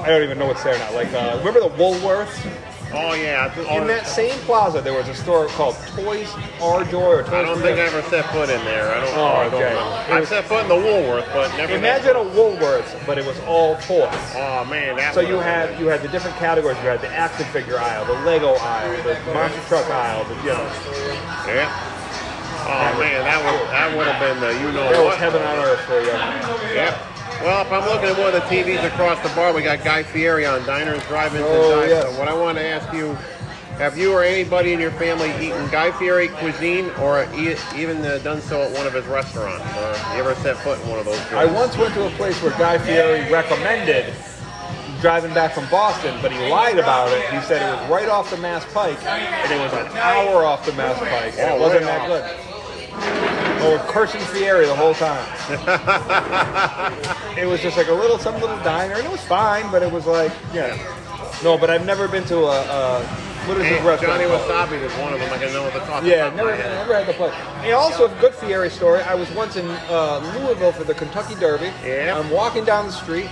[SPEAKER 7] I don't even know what's there now. Like uh, remember the Woolworths?
[SPEAKER 1] Oh, yeah. I,
[SPEAKER 7] In that same plaza, there was a store called Toys R Joy or Toys
[SPEAKER 1] I don't
[SPEAKER 7] for
[SPEAKER 1] think I
[SPEAKER 7] Joy.
[SPEAKER 1] ever set foot in there. I don't,
[SPEAKER 7] Oh,
[SPEAKER 1] I don't
[SPEAKER 7] okay.
[SPEAKER 1] remember.
[SPEAKER 7] It
[SPEAKER 1] I
[SPEAKER 7] was-
[SPEAKER 1] set foot in the Woolworth, but never.
[SPEAKER 7] Imagine a Woolworths, but it was all toys.
[SPEAKER 1] oh, man. That
[SPEAKER 7] So
[SPEAKER 1] was-
[SPEAKER 7] you had you had the different categories. You had the action figure aisle, the Lego aisle, the monster truck aisle, the you know,
[SPEAKER 1] Yeah. Oh, man, that would, that would have been the you know
[SPEAKER 7] there was
[SPEAKER 1] what.
[SPEAKER 7] heaven on earth for you.
[SPEAKER 1] Yep. Well, if I'm looking at one of the TVs across the bar, we got Guy Fieri on Diners, Drive-Ins,
[SPEAKER 7] Oh,
[SPEAKER 1] and Dives.
[SPEAKER 7] yes.
[SPEAKER 1] So what I want to ask you, have you or anybody in your family eaten Guy Fieri cuisine or e- even uh, done so at one of his restaurants? Or you ever set foot in one of those
[SPEAKER 7] I
[SPEAKER 1] joints?
[SPEAKER 7] once went to a place where Guy Fieri recommended driving back from Boston, but he lied about it. He said it was right off the Mass Pike, and it was an hour off the Mass Pike, and
[SPEAKER 1] Oh,
[SPEAKER 7] it wasn't
[SPEAKER 1] way
[SPEAKER 7] that
[SPEAKER 1] off.
[SPEAKER 7] good. Or cursing Fieri the whole
[SPEAKER 1] <laughs>
[SPEAKER 7] time. it was just like a little, some little diner, and it was fine, but it was like, yeah. No, but I've never been to a, a what is this
[SPEAKER 1] Hey,
[SPEAKER 7] restaurant?
[SPEAKER 1] Johnny
[SPEAKER 7] called?
[SPEAKER 1] Wasabi was one of them. I can know what the talk
[SPEAKER 7] Yeah,
[SPEAKER 1] about.
[SPEAKER 7] never, never had the pleasure. And also, a good Fieri story. I was once in uh, Louisville for the Kentucky Derby.
[SPEAKER 1] Yeah.
[SPEAKER 7] I'm walking down the street.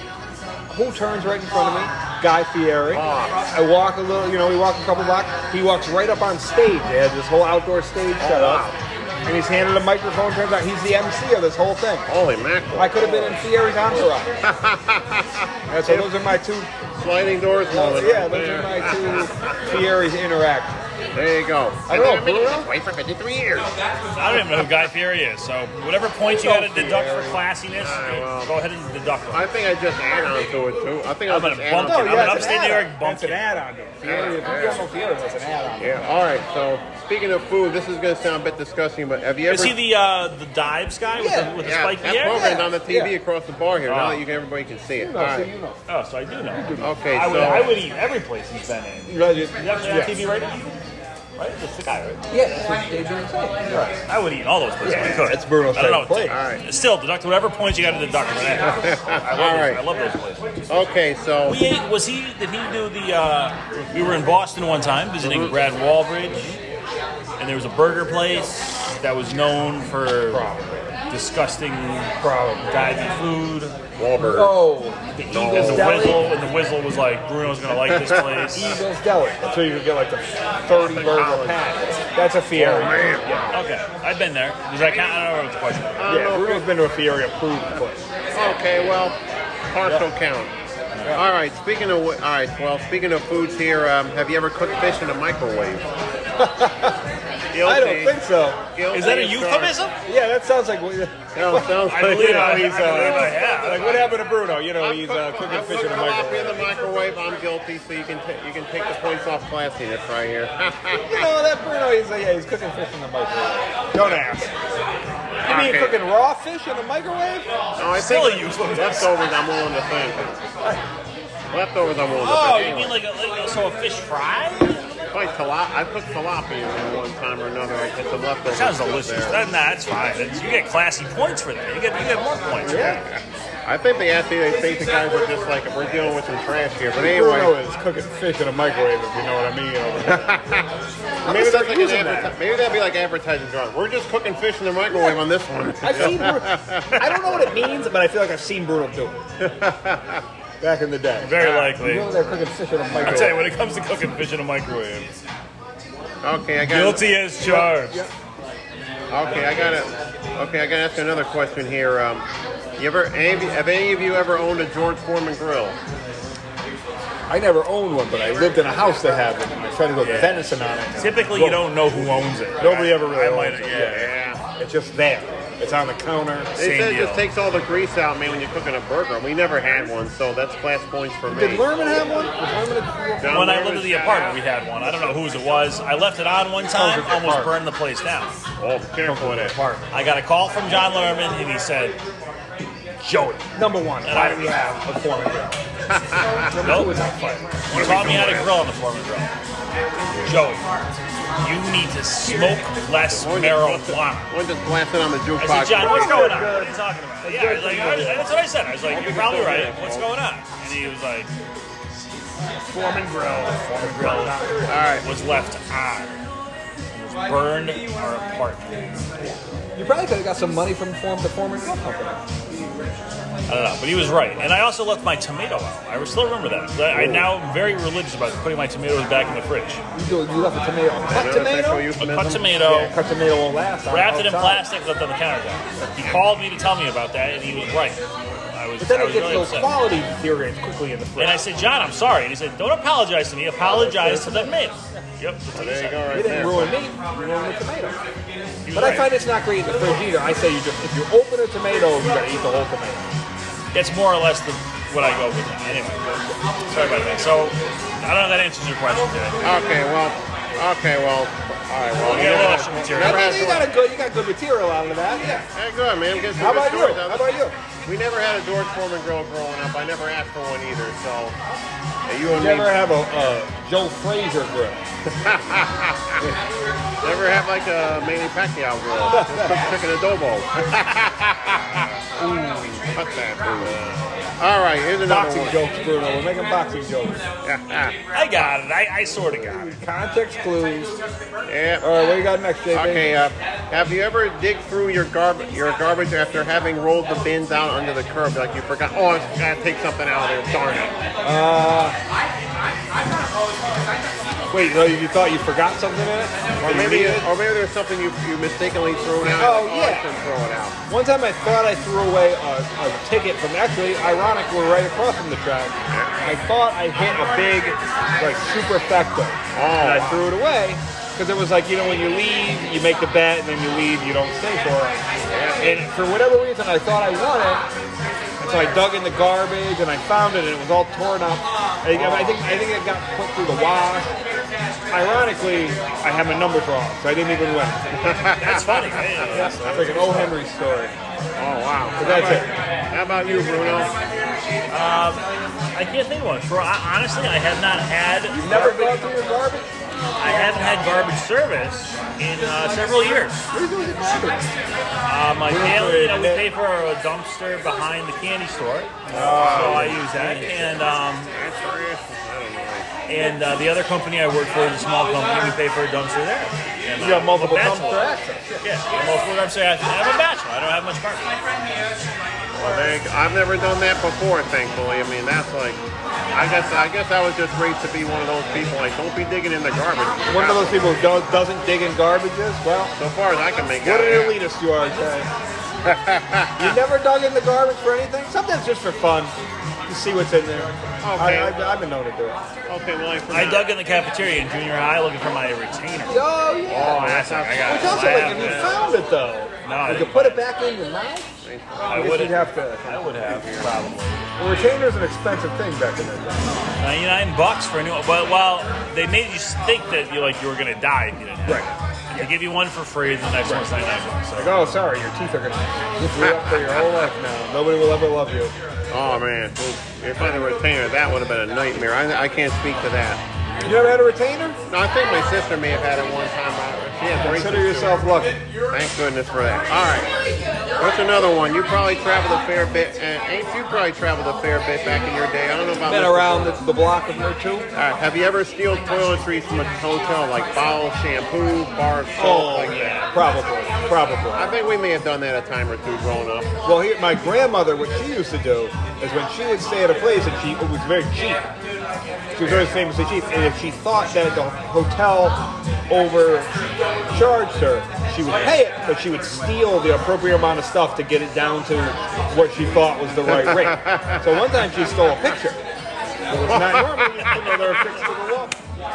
[SPEAKER 7] Who turns right in front of me? Guy Fieri.
[SPEAKER 1] Ah.
[SPEAKER 7] I walk a little, you know, we walk a couple blocks. He walks right up on stage. They had this whole outdoor stage set
[SPEAKER 1] Oh, wow.
[SPEAKER 7] up. And he's handed a microphone. Turns out he's the MC of this whole thing.
[SPEAKER 1] Holy mackerel.
[SPEAKER 7] I could have been in
[SPEAKER 1] <laughs>
[SPEAKER 7] Fieri's entourage. Yeah, so those are my two,
[SPEAKER 1] Sliding doors moment.
[SPEAKER 7] yeah,
[SPEAKER 1] right
[SPEAKER 7] those are
[SPEAKER 1] there.
[SPEAKER 7] my two Fieri's interactions.
[SPEAKER 1] <laughs> There you go.
[SPEAKER 7] I don't know,
[SPEAKER 1] I've been
[SPEAKER 7] Bruno?
[SPEAKER 1] in this way for 53 years.
[SPEAKER 9] I don't even know who Guy Fieri is, so whatever points you
[SPEAKER 7] Oh,
[SPEAKER 9] got to deduct for
[SPEAKER 7] Fieri.
[SPEAKER 9] classiness,
[SPEAKER 1] Alright, well.
[SPEAKER 9] go ahead and deduct them.
[SPEAKER 1] I think I just add on to it, too. I think
[SPEAKER 9] I'm
[SPEAKER 1] I'll
[SPEAKER 9] gonna
[SPEAKER 1] just add on
[SPEAKER 9] bump
[SPEAKER 1] to
[SPEAKER 9] it.
[SPEAKER 1] it.
[SPEAKER 9] I'm an
[SPEAKER 7] that's
[SPEAKER 9] upstate New
[SPEAKER 7] add-on.
[SPEAKER 9] York
[SPEAKER 7] That's
[SPEAKER 9] bumpkin.
[SPEAKER 7] an add-on. to it. Fieri, if you don't know Fieri, that's an add-on.
[SPEAKER 1] Yeah. All right. So speaking of food, this is going to sound a bit disgusting, but have you ever
[SPEAKER 9] Is he the uh, the dives guy with
[SPEAKER 7] Yeah.
[SPEAKER 9] the, with the
[SPEAKER 1] yeah,
[SPEAKER 9] spike
[SPEAKER 1] that
[SPEAKER 9] beard?
[SPEAKER 1] program's on the TV
[SPEAKER 7] Yeah.
[SPEAKER 1] across the bar here. Now
[SPEAKER 9] Oh.
[SPEAKER 1] that you can, everybody can see it.
[SPEAKER 7] You
[SPEAKER 1] All
[SPEAKER 7] know, so
[SPEAKER 1] right.
[SPEAKER 7] you know.
[SPEAKER 9] Oh, so I do know.
[SPEAKER 1] Okay.
[SPEAKER 9] I would,
[SPEAKER 1] so
[SPEAKER 9] I would eat every place he's been in.
[SPEAKER 7] You know, you-
[SPEAKER 9] Is that on
[SPEAKER 7] yes.
[SPEAKER 9] TV right now? right? It's the guy, right?
[SPEAKER 7] Yeah, that's what they do say. Right.
[SPEAKER 9] I would eat all those places. if I
[SPEAKER 7] Yeah,
[SPEAKER 9] could.
[SPEAKER 7] that's Bruno's
[SPEAKER 9] I don't know.
[SPEAKER 7] favorite
[SPEAKER 9] what to-
[SPEAKER 1] place. Alright.
[SPEAKER 9] Still, deduct whatever points you got to deduct from that. I love,
[SPEAKER 1] Alright.
[SPEAKER 9] those, I love those places.
[SPEAKER 1] Ah, Okay, so
[SPEAKER 9] We ate. Was he? Did he do the? Uh, we were in Boston one time visiting
[SPEAKER 7] Mm-hmm.
[SPEAKER 9] Brad Walbridge, and there was a burger place that was known for disgusting,
[SPEAKER 7] Probably.
[SPEAKER 9] divey food.
[SPEAKER 1] Wahlberg.
[SPEAKER 7] Oh, the
[SPEAKER 9] And
[SPEAKER 7] Eagles
[SPEAKER 9] the
[SPEAKER 7] Deli.
[SPEAKER 9] whistle, and the whistle was like, Bruno's gonna like
[SPEAKER 7] <laughs>
[SPEAKER 9] this place.
[SPEAKER 7] Eagles Deli. That's where you could get like a 30 burger pack. That's a Fieri.
[SPEAKER 9] Okay, I've been there. Does that count? I don't know what the question. is.
[SPEAKER 7] yeah, Bruno's been to a Fieri approved place.
[SPEAKER 1] Okay, well, partial count. All right. Speaking of, wh- all right. Well, speaking of foods here, um, have you ever cooked fish in a
[SPEAKER 7] <laughs>
[SPEAKER 1] microwave?
[SPEAKER 7] I don't think so.
[SPEAKER 9] Is that a euphemism?
[SPEAKER 7] Yeah, that sounds like. what-
[SPEAKER 1] No, sounds like-
[SPEAKER 9] I
[SPEAKER 1] <laughs>
[SPEAKER 9] believe
[SPEAKER 7] You know,
[SPEAKER 9] I-
[SPEAKER 7] he's,
[SPEAKER 9] I believe I
[SPEAKER 7] uh,
[SPEAKER 9] have.
[SPEAKER 7] like, what happened to Bruno? You know,
[SPEAKER 1] I'm
[SPEAKER 7] he's
[SPEAKER 1] cooked-
[SPEAKER 7] uh, cooking
[SPEAKER 1] I'm
[SPEAKER 7] fish in
[SPEAKER 1] cooked
[SPEAKER 7] a
[SPEAKER 1] tilapia
[SPEAKER 7] microwave.
[SPEAKER 1] in the microwave. I'm guilty, so you can ta- you can take the points off class units right
[SPEAKER 9] <laughs>
[SPEAKER 1] here.
[SPEAKER 7] You know, that Bruno, he's, uh, yeah, he's cooking fish in the microwave. Don't ask. You mean
[SPEAKER 1] Okay.
[SPEAKER 7] cooking raw fish in a microwave?
[SPEAKER 1] No, I
[SPEAKER 9] Still
[SPEAKER 1] think
[SPEAKER 9] a euphemism.
[SPEAKER 1] leftovers. I'm willing to think. Leftovers, I'm willing to
[SPEAKER 9] Oh,
[SPEAKER 1] think.
[SPEAKER 9] you mean like, a, like a- so a fish fry?
[SPEAKER 1] Like tilapia, I cooked tilapia one time or another. I get some leftovers.
[SPEAKER 9] Sounds
[SPEAKER 1] still
[SPEAKER 9] delicious.
[SPEAKER 1] there.
[SPEAKER 9] That, nah, that's fine. That's- you get classy points for that. You get you get more points. for that.
[SPEAKER 1] I think they actually they think the guys are just like we're dealing with some trash here. But
[SPEAKER 7] Bruno
[SPEAKER 1] anyway,
[SPEAKER 7] is cooking fish in a microwave, if you know what I mean. Over there.
[SPEAKER 1] <laughs> maybe
[SPEAKER 7] start
[SPEAKER 1] that's like an
[SPEAKER 7] using that.
[SPEAKER 1] adverti- maybe that'd be like advertising drawing. We're just cooking fish in the microwave on this one.
[SPEAKER 7] I've seen. Bruno, I don't know what it means, but I feel like I've seen Bruno do it back in the day.
[SPEAKER 9] Very likely.
[SPEAKER 7] You know they're cooking fish in a microwave.
[SPEAKER 9] I tell you, when it comes to cooking fish in a microwave,
[SPEAKER 1] Okay, I got
[SPEAKER 9] guilty as charged.
[SPEAKER 1] Okay, I got to Okay, I got to ask another question here. Um, you ever any of you- have any of you ever owned a George Foreman grill?
[SPEAKER 7] I never owned one, but I lived in a house that had one. and I tried to go to
[SPEAKER 9] Yeah.
[SPEAKER 7] venison on it.
[SPEAKER 9] Typically, you don't know who owns it.
[SPEAKER 7] Nobody ever really
[SPEAKER 9] I might
[SPEAKER 7] owns
[SPEAKER 9] have.
[SPEAKER 7] it.
[SPEAKER 9] Yeah.
[SPEAKER 7] It's just there. It's on the counter.
[SPEAKER 1] They
[SPEAKER 9] Same
[SPEAKER 1] said it
[SPEAKER 9] deal.
[SPEAKER 1] just takes all the grease out, man, when you're cooking a burger. We never had one, so that's class points for me.
[SPEAKER 7] Did Lerman have one? Was Lerman a-
[SPEAKER 1] John
[SPEAKER 9] When I
[SPEAKER 1] Lerman,
[SPEAKER 9] lived at the
[SPEAKER 1] shout
[SPEAKER 9] apartment, we had one. I don't know whose it was. I left it on one time,
[SPEAKER 7] it's
[SPEAKER 9] almost
[SPEAKER 7] apartment.
[SPEAKER 9] burned the place down.
[SPEAKER 1] out. Oh, careful with that.
[SPEAKER 9] I got a call from John Lerman, and he said, "Joey,
[SPEAKER 7] Number one.
[SPEAKER 9] And
[SPEAKER 7] Why
[SPEAKER 9] I-
[SPEAKER 7] do we have a Foreman grill?
[SPEAKER 9] nope, you taught me how to grill on the Foreman grill. Joey, you need to smoke less marijuana."
[SPEAKER 1] One just blasting on the jukebox.
[SPEAKER 9] I said, John, what's
[SPEAKER 1] Right.
[SPEAKER 9] going on? What are you talking about? Yeah, like, I was- that's what I said. I was like, you're probably right. What's going on? And he was like, Foreman Grill. Foreman Grill
[SPEAKER 1] right.
[SPEAKER 9] was left on. It was burned our apartment.
[SPEAKER 7] You probably could have got some money from Form the Foreman Grill Company.
[SPEAKER 9] I don't know, but he was right. And I also left my tomato out. I still remember that. So I, I now am very religious about putting my tomatoes back in the fridge.
[SPEAKER 7] You, do, you left a tomato, a cut
[SPEAKER 1] Another sexual
[SPEAKER 7] tomato?
[SPEAKER 9] A
[SPEAKER 1] euphemism?
[SPEAKER 9] cut tomato.
[SPEAKER 7] Yeah, cut tomato will last. on
[SPEAKER 9] Wrapped it in
[SPEAKER 7] outside.
[SPEAKER 9] plastic, left on the countertop. He called me to tell me about that, and he was right. I was,
[SPEAKER 7] But then
[SPEAKER 9] I
[SPEAKER 7] it
[SPEAKER 9] was
[SPEAKER 7] gets
[SPEAKER 9] really
[SPEAKER 7] those
[SPEAKER 9] upset.
[SPEAKER 7] quality deteriorates quickly in the fridge.
[SPEAKER 9] And I said, John, I'm sorry. And he said, Don't apologize to me. Apologize to that man. Yep. that's
[SPEAKER 1] Oh,
[SPEAKER 9] what he
[SPEAKER 1] There you
[SPEAKER 9] said.
[SPEAKER 1] go,
[SPEAKER 7] It
[SPEAKER 1] right
[SPEAKER 7] didn't
[SPEAKER 1] there.
[SPEAKER 7] ruin me. It ruined the tomato.
[SPEAKER 9] He was
[SPEAKER 7] But I
[SPEAKER 9] right.
[SPEAKER 7] find it's not great in the fridge either. I say you just if you open a tomato, you gotta eat the whole tomato.
[SPEAKER 9] that's more or less the, what I go with. That. Anyway, sorry about that. So I don't know if that answers your question. Did it?
[SPEAKER 1] Okay, well, okay, well, all right, well.
[SPEAKER 9] We
[SPEAKER 1] you
[SPEAKER 9] got
[SPEAKER 1] know
[SPEAKER 9] a
[SPEAKER 1] what?
[SPEAKER 9] lot of material.
[SPEAKER 1] Never
[SPEAKER 7] I
[SPEAKER 1] had
[SPEAKER 7] mean, you
[SPEAKER 1] one.
[SPEAKER 7] got a good you got good material out of that. Yeah.
[SPEAKER 1] Hey, good man. Get some
[SPEAKER 7] How
[SPEAKER 1] good
[SPEAKER 7] about you?
[SPEAKER 1] stories out
[SPEAKER 7] How
[SPEAKER 1] of it.
[SPEAKER 7] about you?
[SPEAKER 1] We never had a George Foreman grill growing up. I never asked for one either. So uh, you and
[SPEAKER 7] You ever
[SPEAKER 1] me
[SPEAKER 7] have a uh, Joe Fraser grill?
[SPEAKER 1] never have like a Manny Pacquiao
[SPEAKER 7] <laughs>
[SPEAKER 1] grill. Just cook chicken adobo. <laughs> Ooh, cut that. food. All right, here's another
[SPEAKER 7] Boxing
[SPEAKER 1] one.
[SPEAKER 7] jokes, Bruno. We're making boxing jokes.
[SPEAKER 1] <laughs>
[SPEAKER 9] I got it. I, I sort of got it.
[SPEAKER 7] Context clues. All
[SPEAKER 1] yeah.
[SPEAKER 7] right, what do you got next, JB?
[SPEAKER 1] Okay. Uh, have you ever dig through your garbage your garbage after having rolled the bin down under the curb like you forgot? Oh, I gotta take something out of there. Darn it.
[SPEAKER 7] Wait, no, you thought you forgot something in it?
[SPEAKER 1] Or
[SPEAKER 7] You
[SPEAKER 1] maybe,
[SPEAKER 7] needed it?
[SPEAKER 1] or maybe there's something you, you mistakenly threw out.
[SPEAKER 7] Oh,
[SPEAKER 1] I
[SPEAKER 7] yeah.
[SPEAKER 1] shouldn't throw it out.
[SPEAKER 7] One time I thought I threw away a, a ticket from actually, ironic, we're right across from the track. I thought I hit a big, like, superfecto. Oh, and I threw it away because it was like, you know, when you leave, you make the bet, and then you leave, you don't stay for it. And for whatever reason, I thought I won it. And so I dug in the garbage and I found it, and it was all torn up. I, I think I think it got put through the wash. Ironically, I had my numbers wrong, so I didn't even win.
[SPEAKER 9] That's funny. Yeah.
[SPEAKER 7] That's like an O. Henry story.
[SPEAKER 1] Oh wow!
[SPEAKER 7] But that's
[SPEAKER 1] How
[SPEAKER 7] it.
[SPEAKER 1] about- How about you, Bruno?
[SPEAKER 9] I can't think of one. For honestly, I have not had.
[SPEAKER 7] Never been through your garbage?
[SPEAKER 9] I haven't had garbage service in uh, several years. Uh, my family, you know, we pay for a dumpster behind the candy store, so I use that. And um, and uh, the other company I work for is a small company. We pay for a dumpster there. And
[SPEAKER 7] You got
[SPEAKER 9] I'm a
[SPEAKER 7] multiple
[SPEAKER 9] bachelor.
[SPEAKER 7] dumpster access.
[SPEAKER 9] Yeah, multiple dumpster. I have a bachelor. I don't have much parking.
[SPEAKER 1] Well, thank, I've never done that before, thankfully. I mean, that's like, I guess I guess I was just raised to be one of those people. Like, don't be digging in the garbage.
[SPEAKER 7] One of those people who do- doesn't dig in garbages. Well,
[SPEAKER 1] So far as I can make out.
[SPEAKER 7] what an elitist you are, Jay. <laughs> you never dug in the garbage for anything? Sometimes just for fun. To see what's in there.
[SPEAKER 1] Okay.
[SPEAKER 7] I, I, I've been known to do it.
[SPEAKER 1] Okay, well, I, forgot.
[SPEAKER 9] I dug in the cafeteria in junior high looking for my retainer.
[SPEAKER 7] Oh, yeah.
[SPEAKER 9] Oh, that's I got
[SPEAKER 7] It's also
[SPEAKER 9] I
[SPEAKER 7] like
[SPEAKER 9] have
[SPEAKER 7] if you
[SPEAKER 9] that.
[SPEAKER 7] found it though.
[SPEAKER 9] No,
[SPEAKER 7] you
[SPEAKER 9] I didn't
[SPEAKER 7] could put it back in your mouth.
[SPEAKER 9] I
[SPEAKER 7] guess
[SPEAKER 9] would
[SPEAKER 7] you'd have to.
[SPEAKER 9] I would have probably.
[SPEAKER 7] A retainer's an expensive thing back in the day.
[SPEAKER 9] 99 bucks for a new one. But well, they made you think that you like you were gonna die if you didn't have
[SPEAKER 7] Right.
[SPEAKER 9] it. They give you one for free, the next one's 99 bucks. So.
[SPEAKER 7] Like, oh, sorry, your teeth are gonna get you up for your whole life now. Nobody will ever love you.
[SPEAKER 1] Oh man, if I had a retainer, that would have been a nightmare. I, I can't speak to that.
[SPEAKER 7] You never had a retainer?
[SPEAKER 1] No, I think my sister may have had it one time. but She has braces,
[SPEAKER 7] Consider
[SPEAKER 1] too.
[SPEAKER 7] yourself lucky.
[SPEAKER 1] Thank goodness for that. All right, what's another one? You probably traveled a fair bit, and ain't you probably traveled a fair bit back in your day? I don't know about.
[SPEAKER 7] Been
[SPEAKER 1] Mr.
[SPEAKER 7] around the, the block of here too.
[SPEAKER 1] All right, have you ever steal toiletries from a hotel, like bottle shampoo, bar of soap,
[SPEAKER 7] Oh
[SPEAKER 1] like
[SPEAKER 7] yeah,
[SPEAKER 1] that?
[SPEAKER 7] probably, probably.
[SPEAKER 1] I think we may have done that a time or two growing up.
[SPEAKER 7] Well, here, my grandmother, what she used to do is when she would stay at a place and she it was very cheap. She was very famously cheap, and if she thought that the hotel overcharged her, she would pay it, but she would steal the appropriate amount of stuff to get it down to what she thought was the right <laughs> rate. So one time she stole a picture. It was not normal, you know, they're fixed to the wall.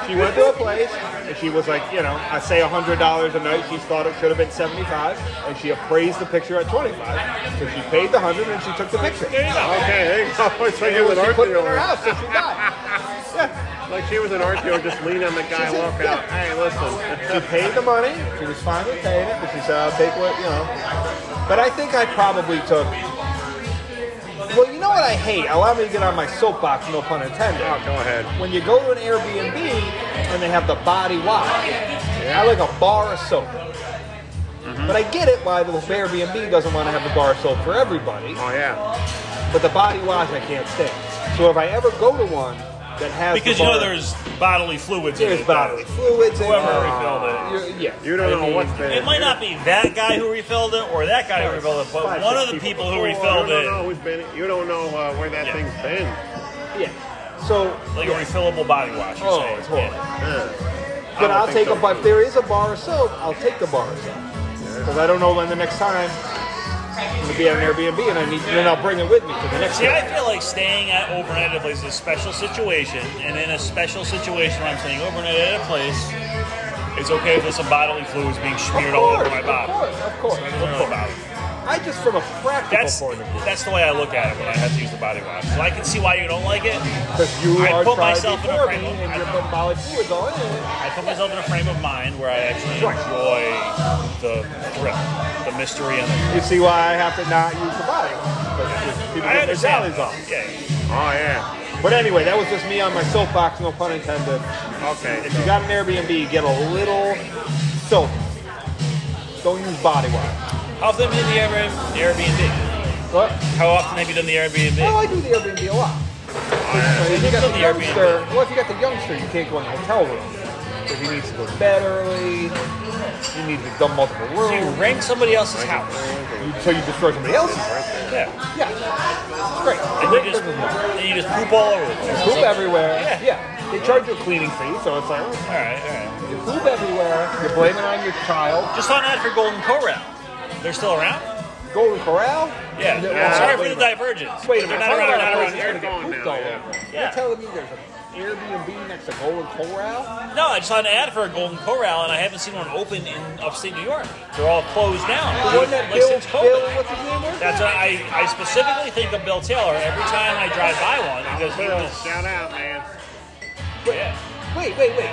[SPEAKER 7] She went to a place and she was like, you know, I say hundred dollars a night. She thought it should have been seventy-five, and she appraised the picture at twenty-five. So she paid the hundred and she took the picture.
[SPEAKER 1] Okay, there you go. <laughs> It's like
[SPEAKER 7] And
[SPEAKER 1] it
[SPEAKER 7] it
[SPEAKER 1] was
[SPEAKER 7] was- she
[SPEAKER 1] an
[SPEAKER 7] put it in her
[SPEAKER 1] dealer.
[SPEAKER 7] house and she died.
[SPEAKER 1] Like she was an art dealer, just lean on the guy, walk
[SPEAKER 9] <laughs>
[SPEAKER 1] out. Hey,
[SPEAKER 7] She
[SPEAKER 1] listen.
[SPEAKER 7] paid the money. She was fine with paying it, but she said, "I'll take what you know." But I think I probably took. Well, you know what I hate? Allow me to get on my soapbox, no pun intended.
[SPEAKER 1] Oh, go ahead.
[SPEAKER 7] when you go to an Airbnb and they have the body wash, I like a bar of soap.
[SPEAKER 9] Mm-hmm.
[SPEAKER 7] But I get it why the Airbnb doesn't want to have the bar of soap for everybody,
[SPEAKER 1] Oh yeah.
[SPEAKER 7] but the body wash I can't stand. So if I ever go to one that has
[SPEAKER 9] Because
[SPEAKER 7] the
[SPEAKER 9] you know
[SPEAKER 7] bar-
[SPEAKER 9] there's bodily fluids. in
[SPEAKER 7] there's
[SPEAKER 9] it.
[SPEAKER 7] bodily fluids, in
[SPEAKER 9] Whoever
[SPEAKER 7] there.
[SPEAKER 9] refilled
[SPEAKER 7] You're- yeah,
[SPEAKER 1] You don't
[SPEAKER 7] I
[SPEAKER 1] know
[SPEAKER 7] mean,
[SPEAKER 1] what's there.
[SPEAKER 9] It might not be that guy who refilled it or that guy who refilled it, but
[SPEAKER 7] Five,
[SPEAKER 9] one of
[SPEAKER 7] six
[SPEAKER 9] the
[SPEAKER 7] people
[SPEAKER 9] people who
[SPEAKER 1] Oh,
[SPEAKER 9] refilled
[SPEAKER 1] You don't know
[SPEAKER 9] it,
[SPEAKER 1] who's been. You don't know uh, where that
[SPEAKER 9] Yeah.
[SPEAKER 1] thing's been.
[SPEAKER 7] Yeah. So
[SPEAKER 9] like
[SPEAKER 7] yeah.
[SPEAKER 9] a refillable body wash. you're
[SPEAKER 7] Oh,
[SPEAKER 9] saying.
[SPEAKER 7] it's horrible.
[SPEAKER 9] Yeah.
[SPEAKER 1] Huh.
[SPEAKER 7] But
[SPEAKER 1] I
[SPEAKER 7] I'll
[SPEAKER 1] don't think
[SPEAKER 7] take
[SPEAKER 1] so.
[SPEAKER 7] a bar. If there is a bar of soap, I'll take the bar of soap. Because I don't know when the next time I'm going to be at an Airbnb and I need, and then I'll bring it with me to the next
[SPEAKER 9] See,
[SPEAKER 7] day.
[SPEAKER 9] I feel like staying at overnight at a place is a special situation, and in a special situation where I'm staying overnight at a place, it's okay if there's some bodily fluids being smeared all over my body.
[SPEAKER 7] Of course, of
[SPEAKER 9] I
[SPEAKER 7] course,
[SPEAKER 9] don't
[SPEAKER 7] of
[SPEAKER 9] know
[SPEAKER 7] course.
[SPEAKER 9] about it.
[SPEAKER 7] I just from a practical
[SPEAKER 9] That's
[SPEAKER 7] point of view,
[SPEAKER 9] that's the way I look at it when I have to use the body wash. So I can see why you don't like it.
[SPEAKER 7] because you
[SPEAKER 9] I
[SPEAKER 7] are
[SPEAKER 9] put
[SPEAKER 7] tried
[SPEAKER 9] myself in a
[SPEAKER 7] before me
[SPEAKER 9] frame of-
[SPEAKER 7] and
[SPEAKER 9] I-
[SPEAKER 7] you're putting solid fluids all in it.
[SPEAKER 9] I put myself in a frame of mind where I actually
[SPEAKER 7] Right.
[SPEAKER 9] enjoy the thrill, the mystery, and
[SPEAKER 7] You
[SPEAKER 9] the.
[SPEAKER 7] see why I have to not use the body? Because people get
[SPEAKER 9] I
[SPEAKER 7] their
[SPEAKER 9] understand.
[SPEAKER 7] jellies off.
[SPEAKER 9] Yeah.
[SPEAKER 1] Oh yeah.
[SPEAKER 7] But anyway, that was just me on my soapbox, no pun intended.
[SPEAKER 1] Okay.
[SPEAKER 7] If you got an Airbnb, get a little soap. Don't use body wash.
[SPEAKER 9] How often have you done the Air- Airbnb?
[SPEAKER 7] What?
[SPEAKER 9] How often have you done the Airbnb?
[SPEAKER 7] Oh, I do the Airbnb a lot. So if you got the
[SPEAKER 9] Still Oh, the Airbnb.
[SPEAKER 7] youngster, well, if you got the youngster, you can't go in the hotel room. If he needs to go to bed early, you need to go multiple
[SPEAKER 9] So you
[SPEAKER 7] rooms.
[SPEAKER 9] rent somebody else's house.
[SPEAKER 7] You- So you destroy somebody else's.
[SPEAKER 9] Yeah.
[SPEAKER 7] Yeah, it's great.
[SPEAKER 9] And
[SPEAKER 7] Great
[SPEAKER 9] you just
[SPEAKER 7] business model.
[SPEAKER 9] and you just poop all over the place.
[SPEAKER 7] Poop everywhere.
[SPEAKER 9] Yeah.
[SPEAKER 7] Yeah, they charge you a cleaning fee, so it's like oh,
[SPEAKER 9] All right, all right.
[SPEAKER 7] you poop everywhere. You're blaming it on your child.
[SPEAKER 9] Just found out for Golden Corral. They're still around?
[SPEAKER 7] Golden Corral.
[SPEAKER 9] Yeah.
[SPEAKER 7] No,
[SPEAKER 9] Well, sorry for
[SPEAKER 7] wait
[SPEAKER 9] the
[SPEAKER 7] a minute.
[SPEAKER 9] divergence.
[SPEAKER 7] Wait a minute.
[SPEAKER 9] They're
[SPEAKER 7] Talk
[SPEAKER 9] not around,
[SPEAKER 7] about
[SPEAKER 9] they're
[SPEAKER 7] a
[SPEAKER 9] not
[SPEAKER 7] place
[SPEAKER 9] around
[SPEAKER 7] that's
[SPEAKER 9] here.
[SPEAKER 7] gonna
[SPEAKER 1] Airbnb
[SPEAKER 7] get pooped
[SPEAKER 1] now,
[SPEAKER 7] all
[SPEAKER 1] yeah.
[SPEAKER 7] over.
[SPEAKER 9] Yeah.
[SPEAKER 7] You're telling me there's an Airbnb next to Golden Corral?
[SPEAKER 9] No, I just saw an ad for a Golden Corral, and I haven't seen one open in upstate New York. They're all closed down.
[SPEAKER 7] The one that
[SPEAKER 9] like
[SPEAKER 7] Bill,
[SPEAKER 9] since
[SPEAKER 7] Bill,
[SPEAKER 9] COVID.
[SPEAKER 7] what's his name? worked
[SPEAKER 9] That's
[SPEAKER 7] at?
[SPEAKER 9] what I, I specifically think of Bill Taylor every time I drive by one because he
[SPEAKER 1] Bill,
[SPEAKER 9] was.
[SPEAKER 1] shout out, man.
[SPEAKER 9] Yeah.
[SPEAKER 7] Wait, wait, wait.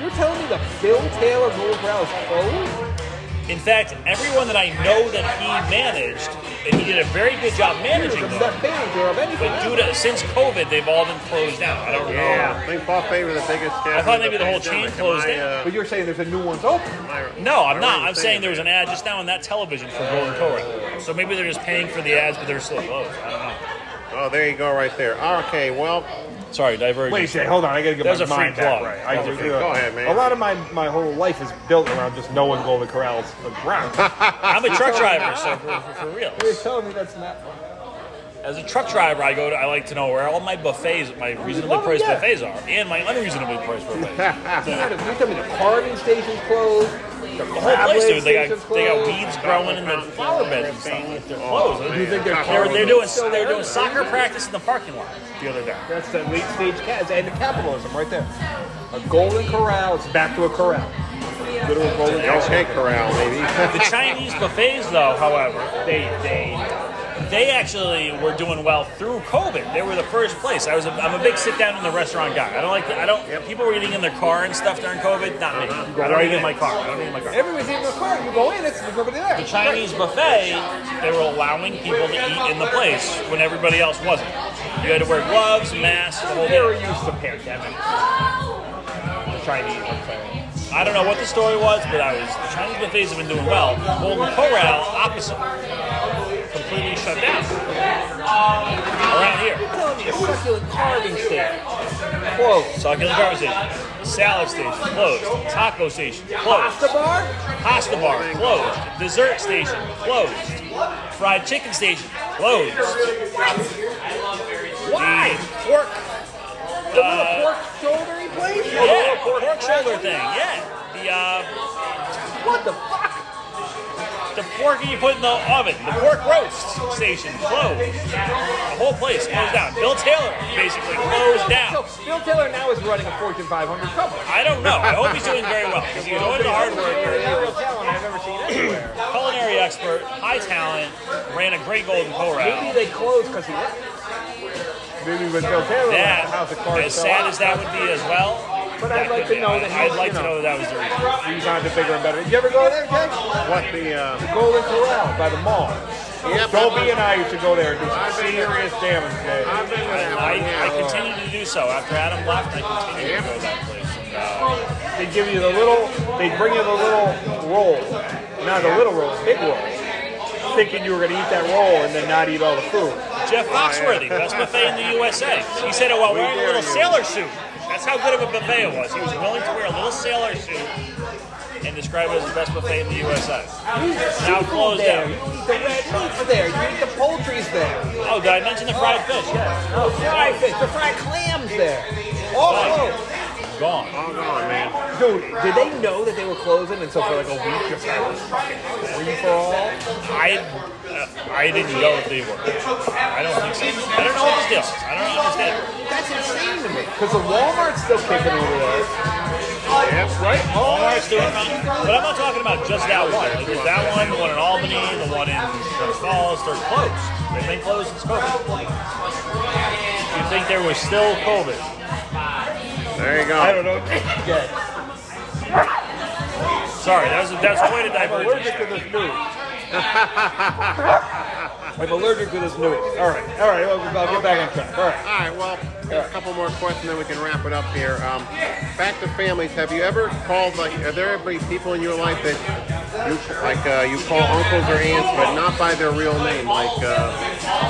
[SPEAKER 7] You're telling me the Bill Taylor Golden Corral is closed?
[SPEAKER 9] In fact, everyone that I know that he managed and he did a very good job managing
[SPEAKER 7] Here's a
[SPEAKER 9] them.
[SPEAKER 7] best manager of anything.
[SPEAKER 9] But due to since COVID, they've all been closed down. I don't
[SPEAKER 1] Oh, I think Paul Faber the biggest
[SPEAKER 9] I thought maybe the whole chain closed
[SPEAKER 1] uh,
[SPEAKER 9] down.
[SPEAKER 7] But you're saying there's a new one's open.
[SPEAKER 9] No, I'm not. I'm saying there was an ad just now on that television for Golden Corral. So maybe they're just paying for the ads, but they're still closed. I don't
[SPEAKER 1] Oh, there you go, right there. Okay, well, <laughs>
[SPEAKER 9] know. Sorry, diverging.
[SPEAKER 7] Wait a second, hold on. I gotta get
[SPEAKER 9] That was
[SPEAKER 7] my
[SPEAKER 9] a free
[SPEAKER 7] mind back
[SPEAKER 9] plug.
[SPEAKER 7] right. I
[SPEAKER 9] That was
[SPEAKER 7] do-
[SPEAKER 1] a free- go ahead, man.
[SPEAKER 7] A lot of my, my whole life is built around just knowing Golden Corral's
[SPEAKER 9] <laughs>
[SPEAKER 7] around.
[SPEAKER 9] I'm a truck driver, so for, for, for real.
[SPEAKER 7] You're telling me that's not.
[SPEAKER 9] As a truck driver, I go. To, I like to know where all my buffets, my reasonably
[SPEAKER 7] Oh,
[SPEAKER 9] priced
[SPEAKER 7] yeah.
[SPEAKER 9] buffets are, and my unreasonably priced buffets.
[SPEAKER 7] You're telling me the carving station's closed. The
[SPEAKER 9] The whole place, dude. They
[SPEAKER 7] station's
[SPEAKER 9] got they got
[SPEAKER 7] closed.
[SPEAKER 9] weeds growing in the flower beds and stuff. Like they're
[SPEAKER 1] Oh,
[SPEAKER 9] closed.
[SPEAKER 1] man.
[SPEAKER 9] They're,
[SPEAKER 7] think they're
[SPEAKER 9] they're,
[SPEAKER 7] closed?
[SPEAKER 9] doing they were doing soccer practice in the parking lot the other day.
[SPEAKER 7] That's the late stage cats and the capitalism right there. A golden corral. It's back to a corral. Literal golden corral.
[SPEAKER 1] okay, Corral, maybe. <laughs>
[SPEAKER 9] The Chinese buffets, though, however, they they they actually were doing well through COVID. They were the first place. I was a, I'm a big sit down in the restaurant guy. I don't like the, I don't people were eating in their car and stuff during COVID. Not me. I don't eat in my car. I don't eat in my car.
[SPEAKER 7] Everybody's eating a car. You go in, it's there's nobody there.
[SPEAKER 9] The Chinese buffet, they were allowing people to eat in the place when everybody else wasn't. You had to wear gloves, masks, the whole
[SPEAKER 7] Very
[SPEAKER 9] deal.
[SPEAKER 7] used to pandemic. The Chinese. I'm saying.
[SPEAKER 9] I don't know what the story was, but I was the Chinese buffets have been doing well. Golden Corral, opposite, completely shut down around here.
[SPEAKER 7] You're telling me a succulent carving stand. Closed.
[SPEAKER 9] Succulent garbage station, salad station closed, taco station
[SPEAKER 7] Pasta
[SPEAKER 9] closed,
[SPEAKER 7] bar.
[SPEAKER 9] pasta bar closed, dessert station closed, fried chicken station closed.
[SPEAKER 7] Why?
[SPEAKER 9] The Pork
[SPEAKER 7] The little pork shoulder he plays.
[SPEAKER 9] Uh, Yeah, pork, shoulder thing. Yeah, the uh,
[SPEAKER 7] What the fuck?
[SPEAKER 9] the pork you put in the oven, the pork roast station closed. The whole place closed down. Bill Taylor basically closed down.
[SPEAKER 7] So Bill Taylor now is running a Fortune 500 company.
[SPEAKER 9] I don't know. I hope he's doing very well because he's always a hard worker,
[SPEAKER 7] Real talent I've ever seen anywhere.
[SPEAKER 9] culinary expert, high talent, ran a great golden
[SPEAKER 7] Maybe
[SPEAKER 9] corral.
[SPEAKER 7] they closed because he left. Maybe when Bill Taylor left, the
[SPEAKER 9] That,
[SPEAKER 7] house of cards
[SPEAKER 9] as
[SPEAKER 7] fell
[SPEAKER 9] sad
[SPEAKER 7] out.
[SPEAKER 9] as that would be as well.
[SPEAKER 7] But I'd
[SPEAKER 9] that
[SPEAKER 7] like to
[SPEAKER 9] could be-
[SPEAKER 7] know that he
[SPEAKER 9] I'd
[SPEAKER 7] was,
[SPEAKER 9] like
[SPEAKER 7] you
[SPEAKER 9] to
[SPEAKER 7] know-
[SPEAKER 9] know that was the reason.
[SPEAKER 7] He's on to bigger and better. You ever go there, Jake?
[SPEAKER 1] what the? Uh,
[SPEAKER 7] Golden Corral by the mall.
[SPEAKER 1] Yep.
[SPEAKER 7] Dolby and I used to go there and do
[SPEAKER 1] I've
[SPEAKER 7] some
[SPEAKER 1] been there.
[SPEAKER 7] serious damage, man.
[SPEAKER 1] I've been to that one.
[SPEAKER 9] I, I
[SPEAKER 1] yeah.
[SPEAKER 9] continue to do so. After Adam left, I continue to go to that place. And, uh,
[SPEAKER 7] They give you the little, they bring you the little roll. Not the little roll, big roll. Thinking you were going to eat that roll and then not eat all the food.
[SPEAKER 9] Jeff Foxworthy, best buffet in the USA. He said it while
[SPEAKER 1] We
[SPEAKER 9] wearing a
[SPEAKER 1] dare
[SPEAKER 9] little
[SPEAKER 1] you.
[SPEAKER 9] sailor suit. That's how good of a buffet it was. He was willing to wear a little sailor suit and describe it as the best buffet in the USA.
[SPEAKER 7] You eat the
[SPEAKER 9] Now
[SPEAKER 7] seafood
[SPEAKER 9] closed
[SPEAKER 7] there.
[SPEAKER 9] down.
[SPEAKER 7] You eat the red meats there. You eat the poultry's there.
[SPEAKER 9] Oh, did I mention the fried fish? Yes.
[SPEAKER 7] The fried fish, the fried clams there. All closed.
[SPEAKER 9] Gone.
[SPEAKER 1] All gone, man.
[SPEAKER 7] Dude, did they know that they were closing? And so for like a week, just like fucking free for all.
[SPEAKER 9] I uh, I didn't go if they were. I don't think so. I don't know what this deal is. I don't understand.
[SPEAKER 7] That's insane to me. Because the Walmart's still kicking over there.
[SPEAKER 1] Yep.
[SPEAKER 9] Right?
[SPEAKER 7] <laughs>
[SPEAKER 9] Walmart's doing fine. But I'm not talking about just that one. Like, there's that one, the one in Albany, the one in Sioux Falls. They're closed. They've been closed since COVID. You think there was still COVID?
[SPEAKER 1] There you go.
[SPEAKER 7] I don't know. Good.
[SPEAKER 9] Sorry, that's that's quite a
[SPEAKER 7] I'm allergic
[SPEAKER 9] divergence.
[SPEAKER 7] to this news. I'm allergic to this news. All right, all right. I'll, I'll get back on track. All right.
[SPEAKER 1] All right, well, there's a couple more questions, then we can wrap it up here. Um, back to families. Have you ever called like? Are there any people in your life that you like? Uh, you call uncles or aunts, but not by their real name, like uh,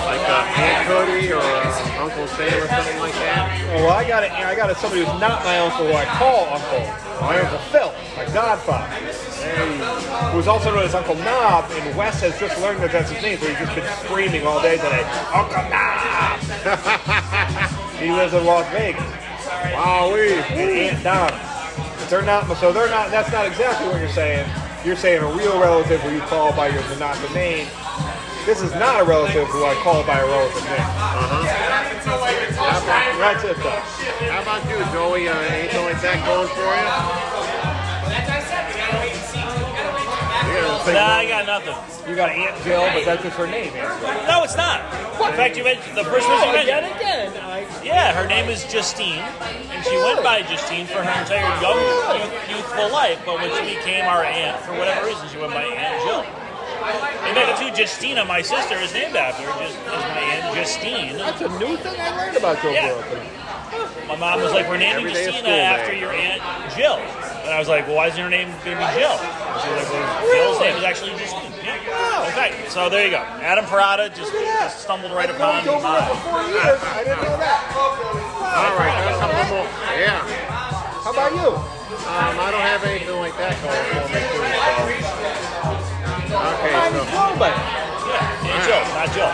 [SPEAKER 1] like uh, Aunt Cody or uh, Uncle Sam or something like that.
[SPEAKER 7] Well, I got it. I got it. Somebody who's not my uncle, who I call uncle. My uncle Phil, my godfather, who's also known as Uncle Knob. And Wes has just learned that that's his name, so he's just been screaming all day today. Uncle Knob. <laughs> he lives in Las Vegas.
[SPEAKER 1] Wow, we.
[SPEAKER 7] and Aunt Donna. But They're not. So they're not. That's not exactly what you're saying. You're saying a real relative who you call by your not the name. This is not a relative who I call by a relative name. That's it though.
[SPEAKER 1] How about you, Joey? Uh, anything like that going for you? You gotta think-
[SPEAKER 9] Nah, I got nothing.
[SPEAKER 7] You got Aunt Jill, but that's just her name. Aunt
[SPEAKER 9] No, it's not. In fact, you mentioned the first person you mentioned.
[SPEAKER 7] again, I
[SPEAKER 9] Yeah, her name is Justine, and she went by Justine for her entire young, youth, youthful life. But when she became our aunt, for whatever reason, she went by Aunt Jill. In fact, it's who Justina, my sister, is named after. Just, is my aunt Justine.
[SPEAKER 7] That's a new thing I learned about Joe
[SPEAKER 9] Yeah.
[SPEAKER 7] Burrow.
[SPEAKER 9] My mom was like, "We're naming
[SPEAKER 1] Every day of
[SPEAKER 9] Justina
[SPEAKER 1] school,
[SPEAKER 9] after
[SPEAKER 1] man.
[SPEAKER 9] your aunt Jill," and I was like, "Well, why is your name going to be Jill?" And she was like, well, "Jill's name is actually Justine." Yeah. Okay, so there you go. Adam Parada just,
[SPEAKER 7] Look at that.
[SPEAKER 9] just stumbled right
[SPEAKER 7] I've known Joe
[SPEAKER 9] upon. uh,
[SPEAKER 7] Burrow
[SPEAKER 9] my-
[SPEAKER 7] for four years. I didn't know that.
[SPEAKER 1] All right, that's something more. Yeah.
[SPEAKER 7] How about you?
[SPEAKER 1] Um, I don't have anything like that going
[SPEAKER 7] Mine
[SPEAKER 1] for me.
[SPEAKER 7] is
[SPEAKER 1] Okay, so.
[SPEAKER 7] Joe, but
[SPEAKER 9] Yeah, Aunt Jill, not Jill.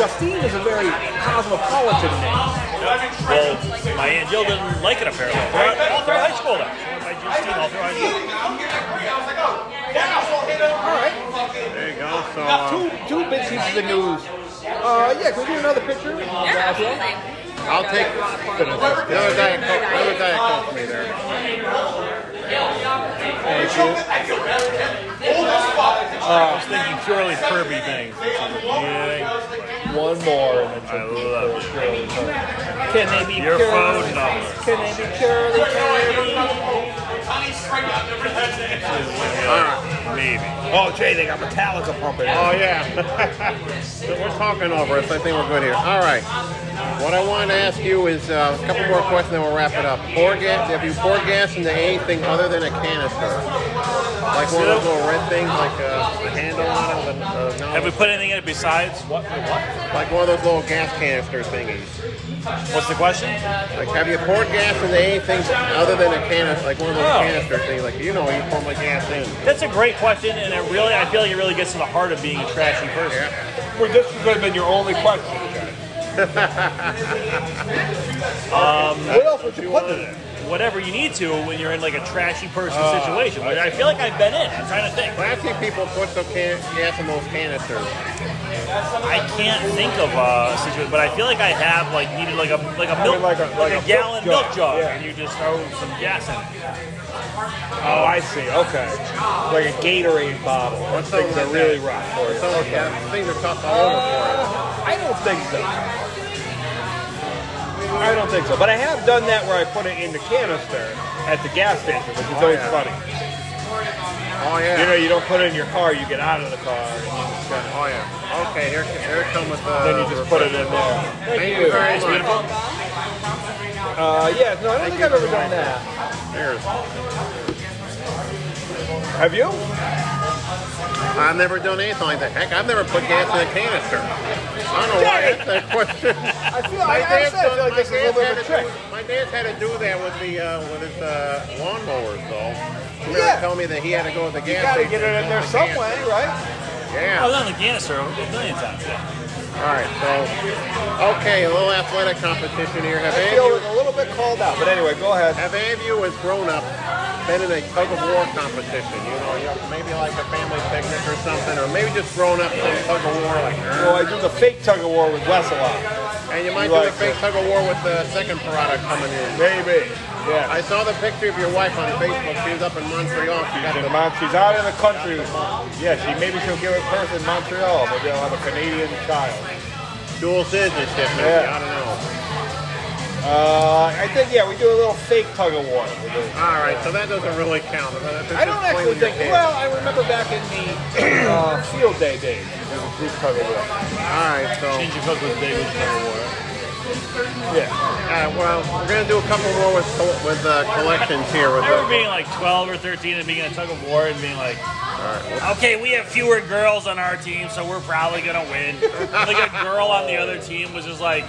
[SPEAKER 7] Justine is a very cosmopolitan name.
[SPEAKER 9] Well, my aunt Jill didn't like it apparently. Throughout, all through high school, though. She went by Justine all through high school.
[SPEAKER 7] All right.
[SPEAKER 1] There you go. So, uh,
[SPEAKER 7] Two, two big pieces of news. Uh, yeah, can we do another picture?
[SPEAKER 1] um, I'll take another Diet Coke. Another Diet Coke for me there.
[SPEAKER 7] Thank you.
[SPEAKER 9] I was thinking purely Kirby things. Yeah,
[SPEAKER 7] One more. And
[SPEAKER 9] I love it.
[SPEAKER 7] then- Can they be
[SPEAKER 9] Your
[SPEAKER 7] cured?
[SPEAKER 9] phone number.
[SPEAKER 7] Can they be cured?
[SPEAKER 9] Maybe.
[SPEAKER 7] Oh, Jay, they got Metallica pumping.
[SPEAKER 1] Oh yeah. so we're talking over us. I think we're good here. All right. What I wanted to ask you is uh, a couple more questions, then we'll wrap it up. Pour gas. If you pour gas into anything other than a canister, like one of those little red things, like uh, a handle on it, with a, a
[SPEAKER 9] Have we
[SPEAKER 1] nozzle,
[SPEAKER 9] put anything in it besides what? What?
[SPEAKER 1] like one of those little gas canister thingies.
[SPEAKER 9] What's the question?
[SPEAKER 1] Like, have you poured gas into anything other than a canister, like one of those
[SPEAKER 9] Oh.
[SPEAKER 1] canister things? Like you know, you pour my gas in.
[SPEAKER 9] That's a great question, and it really, I feel like it really gets to the heart of being a trashy person.
[SPEAKER 7] Well, this could have been your only question. um, what else would you put in it?
[SPEAKER 9] Whatever you need to when you're in like a trashy person
[SPEAKER 7] Oh,
[SPEAKER 9] situation, which I feel like I've been in. I'm trying to think.
[SPEAKER 1] When I see people put the can- gas in those canisters,
[SPEAKER 9] I can't think of a situation, but I feel like I have like needed like a like a
[SPEAKER 7] I
[SPEAKER 9] milk
[SPEAKER 7] mean,
[SPEAKER 9] like
[SPEAKER 7] like
[SPEAKER 9] a,
[SPEAKER 7] a- like a
[SPEAKER 9] gallon
[SPEAKER 7] milk
[SPEAKER 9] milk
[SPEAKER 7] jug,
[SPEAKER 9] jug,
[SPEAKER 7] yeah.
[SPEAKER 9] and you just throw some gas in. it.
[SPEAKER 7] Oh, I see. Okay. Like a Gatorade bottle. Those
[SPEAKER 1] something
[SPEAKER 7] things
[SPEAKER 1] like
[SPEAKER 7] are really
[SPEAKER 1] that.
[SPEAKER 7] rough for you.
[SPEAKER 1] so yeah, things are tough all over for us.
[SPEAKER 7] I don't think so. I don't think so. But I have done that where I put it in the canister at the gas station, which is always
[SPEAKER 1] yeah.
[SPEAKER 7] funny.
[SPEAKER 1] Oh yeah.
[SPEAKER 7] You know, you don't put it in your car, you get out of the car, and you just kind of,
[SPEAKER 1] Oh yeah. Okay, here here it comes with the.
[SPEAKER 7] then you just put it in there.
[SPEAKER 1] Thank, you very much.
[SPEAKER 7] Uh, yeah, no, I don't think I've ever done that.
[SPEAKER 1] Cheers.
[SPEAKER 7] Have you?
[SPEAKER 1] I've never done anything like that. Heck, I've never put gas in a canister. I don't know why I asked that question.
[SPEAKER 7] I feel, I, I, said, I feel like this is a little bit of a
[SPEAKER 1] had
[SPEAKER 7] trick.
[SPEAKER 1] to do, my dad's had to do that with the uh, with his uh, lawnmowers though. He
[SPEAKER 7] Yeah.
[SPEAKER 1] yeah. tell me that he had to go with the
[SPEAKER 7] You
[SPEAKER 1] gas
[SPEAKER 7] gotta
[SPEAKER 1] station
[SPEAKER 7] get
[SPEAKER 1] and
[SPEAKER 7] it
[SPEAKER 1] fill
[SPEAKER 7] in there
[SPEAKER 1] up the
[SPEAKER 7] some
[SPEAKER 1] gas.
[SPEAKER 7] way, right?
[SPEAKER 9] I
[SPEAKER 1] Yeah.
[SPEAKER 9] was on the canister a million times. Yeah.
[SPEAKER 1] All right. So, okay, a little athletic competition here. Have
[SPEAKER 7] I
[SPEAKER 1] any,
[SPEAKER 7] feel a little bit called out, but anyway, go ahead.
[SPEAKER 1] Have any of you as grown-ups been in a tug-of-war competition? You know, you know, maybe like a family picnic or something, or maybe just grown-up some tug-of-war like
[SPEAKER 7] So
[SPEAKER 1] that.
[SPEAKER 7] I do the fake tug of war with Wes a lot.
[SPEAKER 1] And you might
[SPEAKER 7] You
[SPEAKER 1] do a
[SPEAKER 7] like
[SPEAKER 1] fake tug-of-war with the second Parada coming in.
[SPEAKER 7] Maybe. Yeah.
[SPEAKER 1] I saw the picture of your wife on Facebook. She was up in Montreal. She got
[SPEAKER 7] She's,
[SPEAKER 1] the
[SPEAKER 7] in Mon- she's out in the country. Yeah, she maybe she'll give it birth in Montreal. Maybe I'll have a Canadian child.
[SPEAKER 1] dual citizenship. Maybe.
[SPEAKER 7] Yeah.
[SPEAKER 1] I don't know.
[SPEAKER 7] Uh, I think yeah, we do a little fake tug of war. We do.
[SPEAKER 1] All right, so that doesn't really count. That's
[SPEAKER 7] I don't
[SPEAKER 1] just playing
[SPEAKER 7] actually
[SPEAKER 1] with your
[SPEAKER 7] think.
[SPEAKER 1] hands.
[SPEAKER 7] Well, I remember back in the uh, field day days, there was a group tug of war.
[SPEAKER 1] All right, so
[SPEAKER 9] Change your cook was big was number one.
[SPEAKER 7] Yeah.
[SPEAKER 1] all right, well, we're gonna do a couple more with with uh, collections here. With the,
[SPEAKER 9] I
[SPEAKER 1] <laughs>
[SPEAKER 9] remember being like 12 or 13 and being in a tug of war and being like,
[SPEAKER 1] all right, well,
[SPEAKER 9] okay, we have fewer girls on our team, so we're probably gonna win. like a girl on the other team was just like,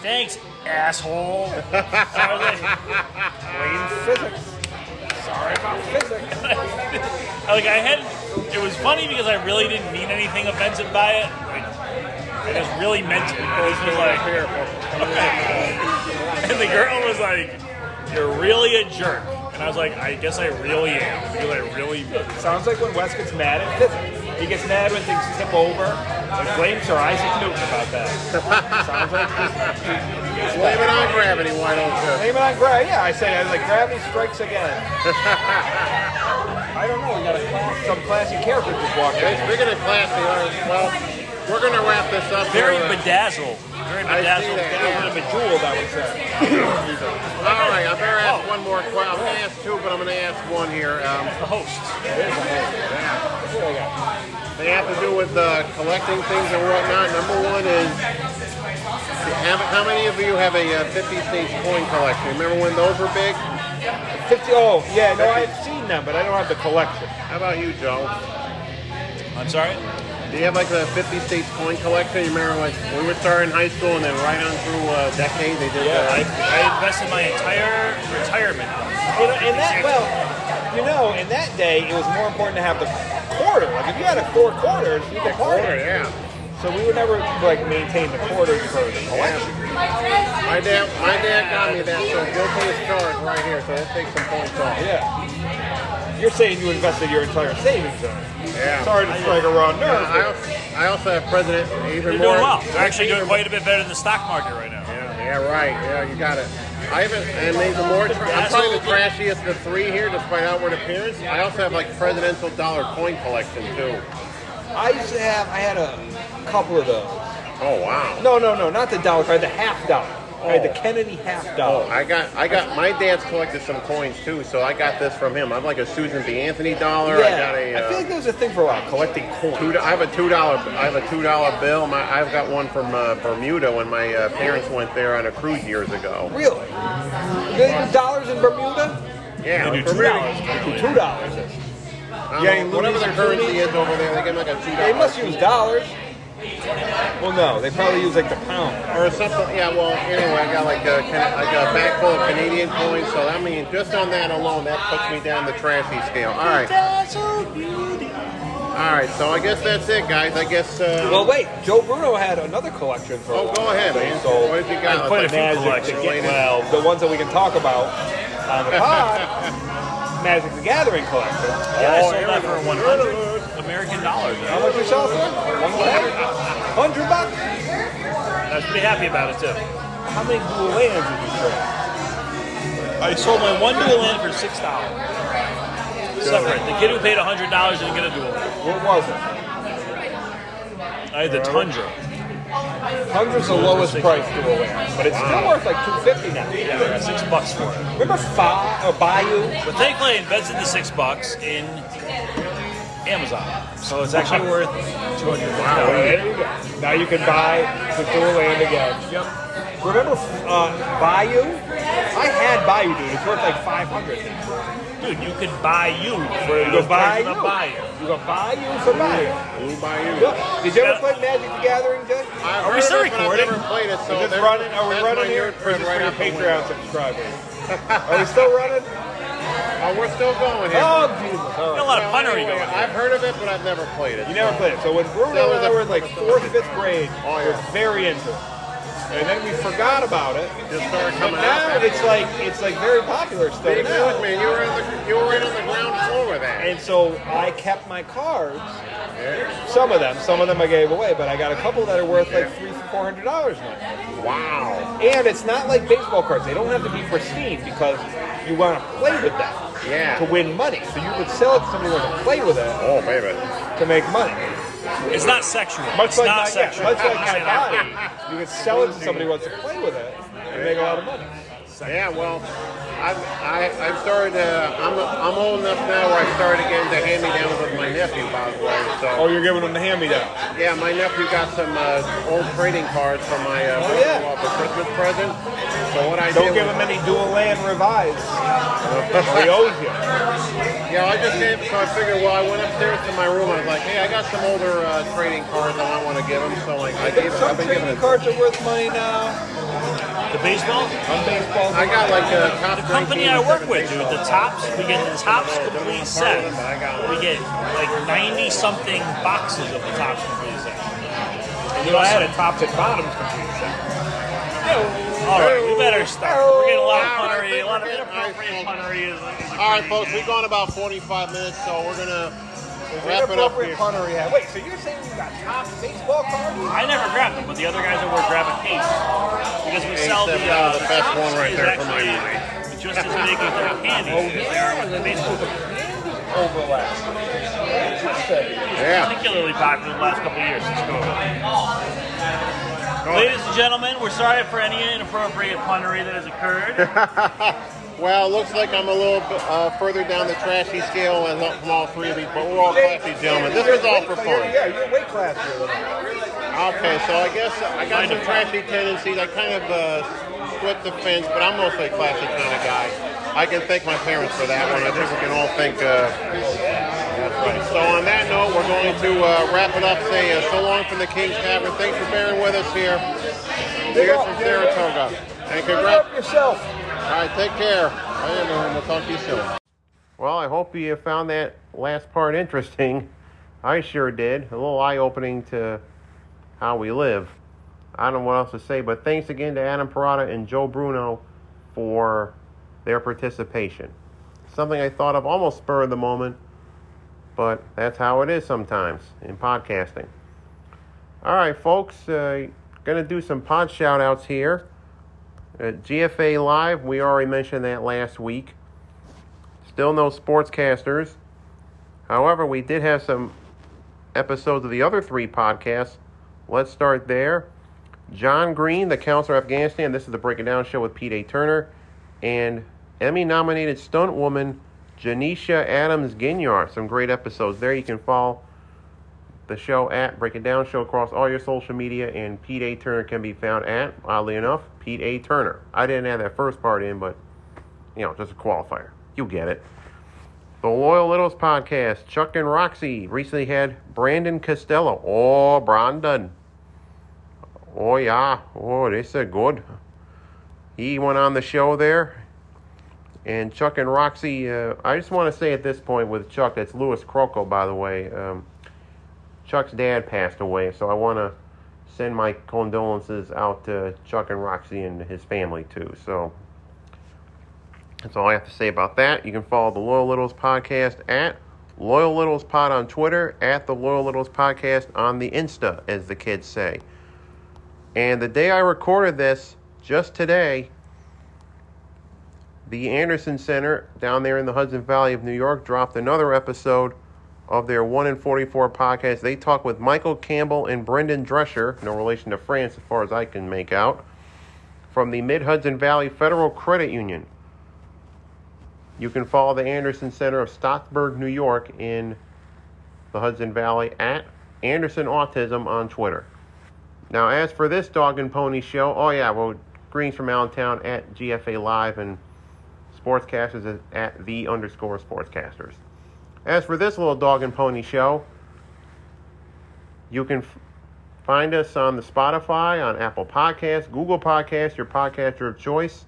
[SPEAKER 9] thanks, asshole. <laughs> So I was like,
[SPEAKER 7] Physics. Sorry about physics.
[SPEAKER 9] <laughs> like I had, it was funny because I really didn't mean anything offensive by it. Like, I just really meant it. I was just like, <laughs> and the girl was like, "You're really a jerk," and I was like, "I guess I really am because I really."
[SPEAKER 7] Sounds like when Wes gets mad at physics. He gets mad when things tip over. And blames Sir Isaac Newton about that. Sounds like
[SPEAKER 1] blame it on gravity. Why don't you?
[SPEAKER 7] Blame it on gravity. Yeah, I said I was like gravity strikes <laughs> again. I don't know. We got a class, some classy character just walked in.
[SPEAKER 1] Speaking of classy, all right, well, We're going to wrap this up.
[SPEAKER 9] Very
[SPEAKER 1] here.
[SPEAKER 9] bedazzled. Very
[SPEAKER 1] I see
[SPEAKER 9] bedazzled.
[SPEAKER 1] that,
[SPEAKER 9] Very
[SPEAKER 1] yeah.
[SPEAKER 9] bit of a
[SPEAKER 7] Jeweled, I would say.
[SPEAKER 1] All right, I'm going to
[SPEAKER 9] Oh.
[SPEAKER 1] ask one more question. I'm going to ask two, but I'm going to ask one here. Um,
[SPEAKER 9] The host.
[SPEAKER 1] They have to do with uh, collecting things and whatnot. Number one is have, how many of you have a uh, 50 stage coin collection? Remember when those were big?
[SPEAKER 7] 50, oh, yeah, no, I've seen them, but I don't have the collection.
[SPEAKER 1] How about you, Joe?
[SPEAKER 9] I'm sorry?
[SPEAKER 1] Do you have like a 50 stage coin collection? You remember like when we were starting high school and then right on through uh, decade they did
[SPEAKER 9] Yeah, I,
[SPEAKER 1] that?
[SPEAKER 9] I invested my entire retirement.
[SPEAKER 7] You know, and that, well, you know, in that day, it was more important to have the quarter. Like, if you had a four quarters, you could party.
[SPEAKER 1] Quarter, yeah.
[SPEAKER 7] So we would never, like, maintain the quarters for the collection.
[SPEAKER 1] My dad, my dad got me that, uh, so guilty as charged right here. So let's take some points off.
[SPEAKER 7] Yeah. You're saying you invested your entire savings in it.
[SPEAKER 1] Yeah.
[SPEAKER 7] Sorry to strike a
[SPEAKER 1] Uh, I,
[SPEAKER 7] wrong nerve.
[SPEAKER 1] also, I also have President even
[SPEAKER 9] They're
[SPEAKER 1] more.
[SPEAKER 9] doing well. They're actually doing quite a bit better than the stock market right now.
[SPEAKER 1] Yeah, yeah, right. Yeah, you got it. I haven't, and these are more, tra- I'm probably the trashiest of the three here, despite outward appearance. I also have like presidential dollar coin collection too.
[SPEAKER 7] but I used to have, I had a couple of those.
[SPEAKER 1] Oh wow.
[SPEAKER 7] No, no, no, not the dollar card, the half dollar. I had
[SPEAKER 1] Oh.
[SPEAKER 7] the Kennedy half dollar.
[SPEAKER 1] I got, I got, my dad's collected some coins too, so I got this from him. I'm like a Susan B. Anthony dollar. Oh, I got a,
[SPEAKER 7] I feel like
[SPEAKER 1] uh,
[SPEAKER 7] that was a thing for a while, collecting coins.
[SPEAKER 1] two, do- I have a two dollar, I have a two dollar bill. My, I've got one from uh, Bermuda when my uh, parents went there on a cruise years ago.
[SPEAKER 7] Really? They do dollars in Bermuda?
[SPEAKER 1] Yeah,
[SPEAKER 9] They do two
[SPEAKER 1] Bermuda-
[SPEAKER 9] dollars.
[SPEAKER 7] They do Two dollars.
[SPEAKER 1] I don't
[SPEAKER 7] Yeah,
[SPEAKER 1] know, whatever
[SPEAKER 7] loonies
[SPEAKER 1] the
[SPEAKER 7] and
[SPEAKER 1] currency
[SPEAKER 7] toonies.
[SPEAKER 1] is over there, they give like a two dollar.
[SPEAKER 7] They must use dollars. Well, no, they probably use like the pound.
[SPEAKER 1] or something. Yeah, well, anyway, I got like a, Can- I got a bag full of Canadian coins, so I mean, just on that alone, that puts me down the trashy scale. All right. All right, so I guess that's it, guys. I guess. Uh,
[SPEAKER 7] Well, wait, Joe Bruno had another collection for a
[SPEAKER 1] oh,
[SPEAKER 7] while.
[SPEAKER 1] go ahead, man.
[SPEAKER 7] So,
[SPEAKER 1] what have you got?
[SPEAKER 9] Quite a few
[SPEAKER 7] Magic
[SPEAKER 9] collections.
[SPEAKER 1] related.
[SPEAKER 9] Well,
[SPEAKER 7] the ones that we can talk about on the pod,
[SPEAKER 9] <laughs>
[SPEAKER 7] Magic the Gathering collection. Oh,
[SPEAKER 9] yeah, I sold
[SPEAKER 7] here
[SPEAKER 9] that
[SPEAKER 7] we
[SPEAKER 9] for
[SPEAKER 7] go.
[SPEAKER 9] 100 American dollars.
[SPEAKER 7] How much you sell for? One hundred bucks.
[SPEAKER 9] I was pretty happy about it too.
[SPEAKER 7] How many blue lands did you trade?
[SPEAKER 9] I sold my one dual land for six dollars. Separate. The kid who paid hundred dollars didn't get a dual. land.
[SPEAKER 7] What was it?
[SPEAKER 9] I had the Tundra.
[SPEAKER 7] Hundreds the lowest price blue land, but it's still worth like two fifty now.
[SPEAKER 9] Yeah, I got six bucks for it.
[SPEAKER 7] Remember Fa or Bayou?
[SPEAKER 9] But thankfully, I invested the six bucks in Amazon, so it's actually worth two hundred.
[SPEAKER 7] Now, there you go. Now you can buy the dual land again. Yep. Remember uh, Bayou? I had Bayou, dude. It's worth like five hundred.
[SPEAKER 9] Dude, you could buy you for
[SPEAKER 7] You go buy you.
[SPEAKER 9] a buyer.
[SPEAKER 7] You go Bayou for Bayou.
[SPEAKER 1] Blue Bayou.
[SPEAKER 7] Look, Did you ever play Magic the Gathering, Jay?
[SPEAKER 1] I've
[SPEAKER 9] Are we
[SPEAKER 1] heard
[SPEAKER 9] still
[SPEAKER 1] of it, but
[SPEAKER 9] recording?
[SPEAKER 1] I've never played it, so
[SPEAKER 7] Is this
[SPEAKER 1] there's-
[SPEAKER 7] running? Are we
[SPEAKER 1] that's
[SPEAKER 7] running
[SPEAKER 1] my nerd
[SPEAKER 7] here? Or is
[SPEAKER 1] friend
[SPEAKER 7] this
[SPEAKER 1] right
[SPEAKER 7] for your
[SPEAKER 1] out the window.
[SPEAKER 7] Patreon subscribers? Are we still running?
[SPEAKER 1] Oh, we're still going here.
[SPEAKER 7] <laughs> Oh, Jesus. All
[SPEAKER 9] Got a
[SPEAKER 7] right.
[SPEAKER 9] lot of punnery
[SPEAKER 1] Anyway,
[SPEAKER 9] going. on.
[SPEAKER 1] I've heard of it, but I've never played it.
[SPEAKER 7] You never played it. So when
[SPEAKER 1] That
[SPEAKER 7] Bruno
[SPEAKER 1] was
[SPEAKER 7] and I
[SPEAKER 1] a-
[SPEAKER 7] were in like fourth, fifth grade,
[SPEAKER 1] Oh,
[SPEAKER 7] we
[SPEAKER 1] yeah.
[SPEAKER 7] was very into it. And then we forgot about it.
[SPEAKER 1] Just started
[SPEAKER 7] <laughs> But
[SPEAKER 1] coming
[SPEAKER 7] now
[SPEAKER 1] out.
[SPEAKER 7] it's like it's like very popular
[SPEAKER 1] Big
[SPEAKER 7] still
[SPEAKER 1] look,
[SPEAKER 7] now.
[SPEAKER 1] man. You were, on the, you were right on the ground floor with that.
[SPEAKER 7] And so I kept my cards. Some of them, some of them I gave away, but I got a couple that are worth like three, four hundred dollars now.
[SPEAKER 1] Wow.
[SPEAKER 7] And it's not like baseball cards. They don't have to be pristine because you want to play with them
[SPEAKER 1] Yeah.
[SPEAKER 7] to win money. So you would sell it to somebody who wants to play with it
[SPEAKER 1] Oh, baby.
[SPEAKER 7] to make money.
[SPEAKER 9] It's not sexual.
[SPEAKER 7] Much
[SPEAKER 9] it's
[SPEAKER 7] like
[SPEAKER 9] not
[SPEAKER 7] my, yeah,
[SPEAKER 9] sexual.
[SPEAKER 7] much like
[SPEAKER 9] I'll
[SPEAKER 7] my
[SPEAKER 9] say that.
[SPEAKER 7] body, you could sell it to somebody who wants to play with it and make a lot of money.
[SPEAKER 1] Yeah, well, I've, I, I've started, uh, I'm, I'm old enough now where I started getting the hand-me-downs with my nephew, by the way. So,
[SPEAKER 7] Oh, you're giving them the hand-me-down.
[SPEAKER 1] yeah, my nephew got some uh, old trading cards from my uh,
[SPEAKER 7] Oh, yeah.
[SPEAKER 1] brother-in-law for Christmas present. So what I
[SPEAKER 7] Don't
[SPEAKER 1] did
[SPEAKER 7] give
[SPEAKER 1] was-
[SPEAKER 7] them any dual land revives.
[SPEAKER 1] <laughs>
[SPEAKER 7] or he owes you.
[SPEAKER 1] Yeah, I just gave, so I figured, well, I went upstairs to my room. I was like, hey, I got some older uh, trading cards I want to give him. So, like, I gave,
[SPEAKER 7] Some
[SPEAKER 1] I've been giving him.
[SPEAKER 7] trading cards are worth money now.
[SPEAKER 9] The baseball.
[SPEAKER 7] On baseball,
[SPEAKER 1] I got like a top
[SPEAKER 9] The
[SPEAKER 1] 19
[SPEAKER 9] company I work
[SPEAKER 1] certification.
[SPEAKER 9] with, dude, the tops, we get the tops complete set. We get like 90 something boxes of the tops complete set. And you know, I had a tops and bottoms complete set. All right, we better start. We're getting a lot of punnery, a lot of inappropriate punnery. Is, is
[SPEAKER 1] All right, folks, we've gone about 45 minutes, so we're gonna wrap it up
[SPEAKER 7] inappropriate
[SPEAKER 1] here.
[SPEAKER 7] punter he had. Wait, so you're saying you got top baseball cards?
[SPEAKER 9] I never grabbed them, but the other guys at work grab a case because we
[SPEAKER 1] Case
[SPEAKER 9] sell the,
[SPEAKER 1] seven,
[SPEAKER 9] uh,
[SPEAKER 1] the best
[SPEAKER 9] tops
[SPEAKER 1] one right
[SPEAKER 9] is
[SPEAKER 1] there for my
[SPEAKER 9] Oh, actually Just as big as their candy. as they are with the baseball.
[SPEAKER 7] overlaps. Interesting.
[SPEAKER 1] Yeah.
[SPEAKER 9] particularly popular in the last couple of years since COVID. Ladies and gentlemen, we're sorry for any inappropriate punnery that has occurred.
[SPEAKER 1] Well, looks like I'm a little bit, uh, further down the trashy scale and not from all three of these, but we're all classy gentlemen. This is all for fun.
[SPEAKER 7] Yeah, you're weight class here. though.
[SPEAKER 1] Okay, so I guess I got some trashy tendencies. I kind of uh, split the fence, but I'm mostly a classy kind of guy. I can thank my parents for that one. I think we can all thank. Uh, that's right. So on that note, we're going to uh, wrap it up. Say uh, so long from the King's Tavern. Thanks for bearing with us here. Here's from Saratoga. And congrats.
[SPEAKER 7] Help yourself.
[SPEAKER 1] All right, take care. I am Norman. We'll talk to you soon. Well, I hope you found that last part interesting. <laughs> I sure did. A little eye opening to how we live. I don't know what else to say, but thanks again to Adam Parada and Joe Bruno for their participation. Something I thought of almost spur of the moment, but that's how it is sometimes in podcasting. All right, folks, uh, gonna do some pod shout outs here. Uh, GFA Live, we already mentioned that last week. Still no sportscasters. However, we did have some episodes of the other three podcasts. Let's start there. John Green, the Counselor of Afghanistan. This is the Breaking Down Show with Pete A. Turner. And Emmy nominated stunt woman Janisha Adams Ginyar. Some great episodes there. You can follow the show at Breaking Down Show across all your social media, and Pete A. Turner can be found at, oddly enough, Pete A. Turner. I didn't add that first part in, but, you know, just a qualifier. You get it. The Loyal Littles podcast, Chuck and Roxy recently had Brandon Costello. Oh, Brandon. Oh, yeah. Oh, this is good. He went on the show there. And Chuck and Roxy, uh, I just want to say at this point with Chuck, that's Louis Croco, by the way. Um, Chuck's dad passed away, so I want to send my condolences out to Chuck and Roxy and his family too. So that's all I have to say about that. You can follow the Loyal Littles podcast at Loyal Littles Pod on Twitter, at the Loyal Littles podcast on the Insta, as the kids say. And the day I recorded this, just today, the Anderson Center down there in the Hudson Valley of New York dropped another episode of their 1 in 44 podcast. They talk with Michael Campbell and Brendan Drescher, no relation to France as far as I can make out, from the Mid Hudson Valley Federal Credit Union. You can follow the Anderson Center of Stockburg, New York, in the Hudson Valley at Anderson Autism on Twitter. Now, as for this dog and pony show, oh yeah, well, Greens from Allentown at GFA Live and Sportscasters is at the underscore Sportscasters. As for this little dog and pony show, you can f- find us on the Spotify, on Apple Podcasts, Google Podcasts, your podcaster of choice.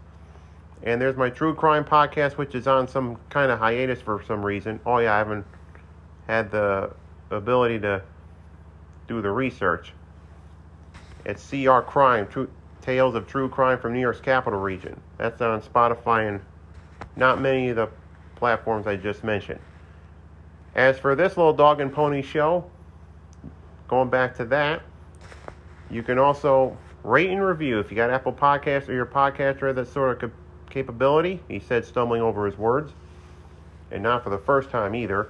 [SPEAKER 1] And there's my true crime podcast, which is on some kind of hiatus for some reason. Oh yeah, I haven't had the ability to do the research. It's CR Crime, true, Tales of True Crime from New York's Capital Region. That's on Spotify and not many of the platforms I just mentioned. As for this little dog and pony show, going back to that, you can also rate and review if you got Apple Podcasts or your podcaster that sort of cap- capability. He said, stumbling over his words, and not for the first time either.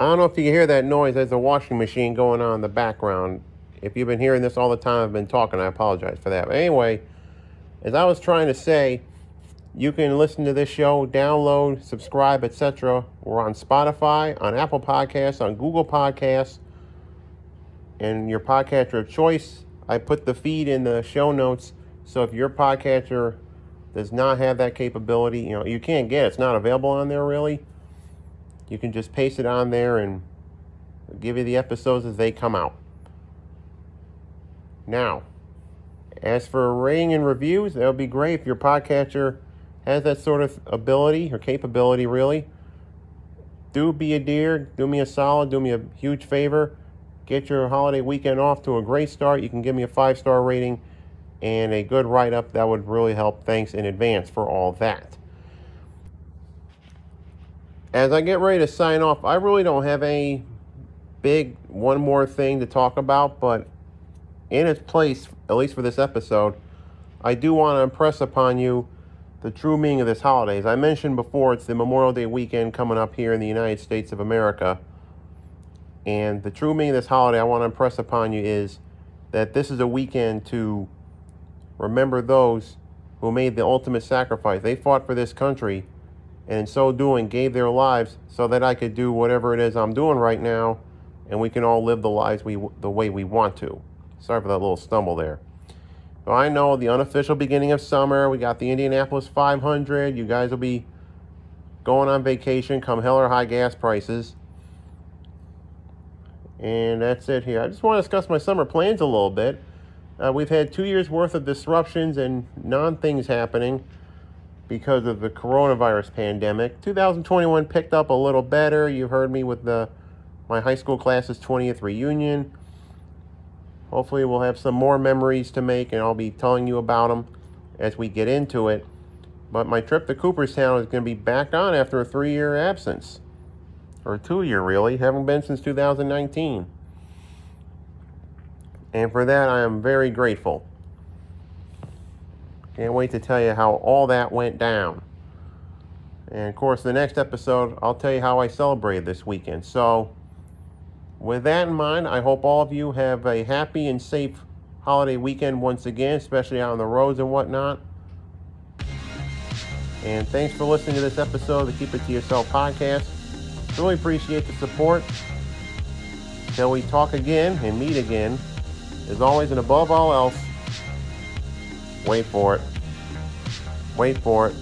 [SPEAKER 1] I don't know if you can hear that noise. There's a washing machine going on in the background. If you've been hearing this all the time, I've been talking. I apologize for that. But anyway, as I was trying to say, you can listen to this show, download, subscribe, etc. We're on Spotify, on Apple Podcasts, on Google Podcasts, and your podcatcher of choice. I put the feed in the show notes, so if your podcatcher does not have that capability, you know you can't get it. it's not available on there really. You can just paste it on there and give you the episodes as they come out. Now, as for rating and reviews, that would be great if your podcatcher has that sort of ability or capability, really. Do be a dear, do me a solid, do me a huge favor. Get your holiday weekend off to a great start. You can give me a five star rating and a good write up. That would really help. Thanks in advance for all that. As I get ready to sign off, I really don't have any big one more thing to talk about, but in its place, at least for this episode, I do want to impress upon you the true meaning of this holiday. As I mentioned before, it's the Memorial Day weekend coming up here in the United States of America. And the true meaning of this holiday I want to impress upon you is that this is a weekend to remember those who made the ultimate sacrifice. They fought for this country and in so doing gave their lives so that I could do whatever it is I'm doing right now and we can all live the lives we the way we want to. Sorry for that little stumble there. So I know the unofficial beginning of summer, we got the Indianapolis 500. You guys will be going on vacation come hell or high gas prices. And that's it here. I just want to discuss my summer plans a little bit. Uh, we've had two years worth of disruptions and non things happening because of the coronavirus pandemic. 2021 picked up a little better. You heard me with the my high school class's 20th reunion. Hopefully, we'll have some more memories to make, and I'll be telling you about them as we get into it. But my trip to Cooperstown is going to be back on after a three year absence, or two year really, haven't been since 2019. And for that, I am very grateful. Can't wait to tell you how all that went down. And of course, the next episode, I'll tell you how I celebrated this weekend. So, with that in mind, I hope all of you have a happy and safe holiday weekend once again, especially out on the roads and whatnot. And thanks for listening to this episode of the Keep It To Yourself podcast. Really appreciate the support. Till we talk again and meet again, as always and above all else, wait for it. Wait for it.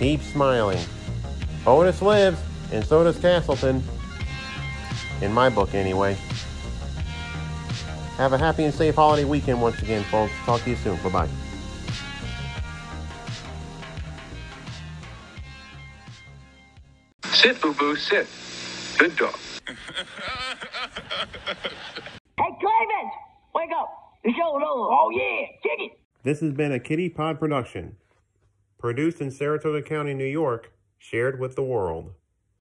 [SPEAKER 1] Keep smiling. Otis lives, and so does Castleton. In my book, anyway. Have a happy and safe holiday weekend once again, folks. Talk to you soon. Bye bye.
[SPEAKER 11] Sit, boo boo, sit. Good dog.
[SPEAKER 12] Hey, Clemens! Wake up! The show's over. Oh, yeah! Kick it!
[SPEAKER 1] This has been a Kitty Pod production. Produced in Saratoga County, New York, shared with the world.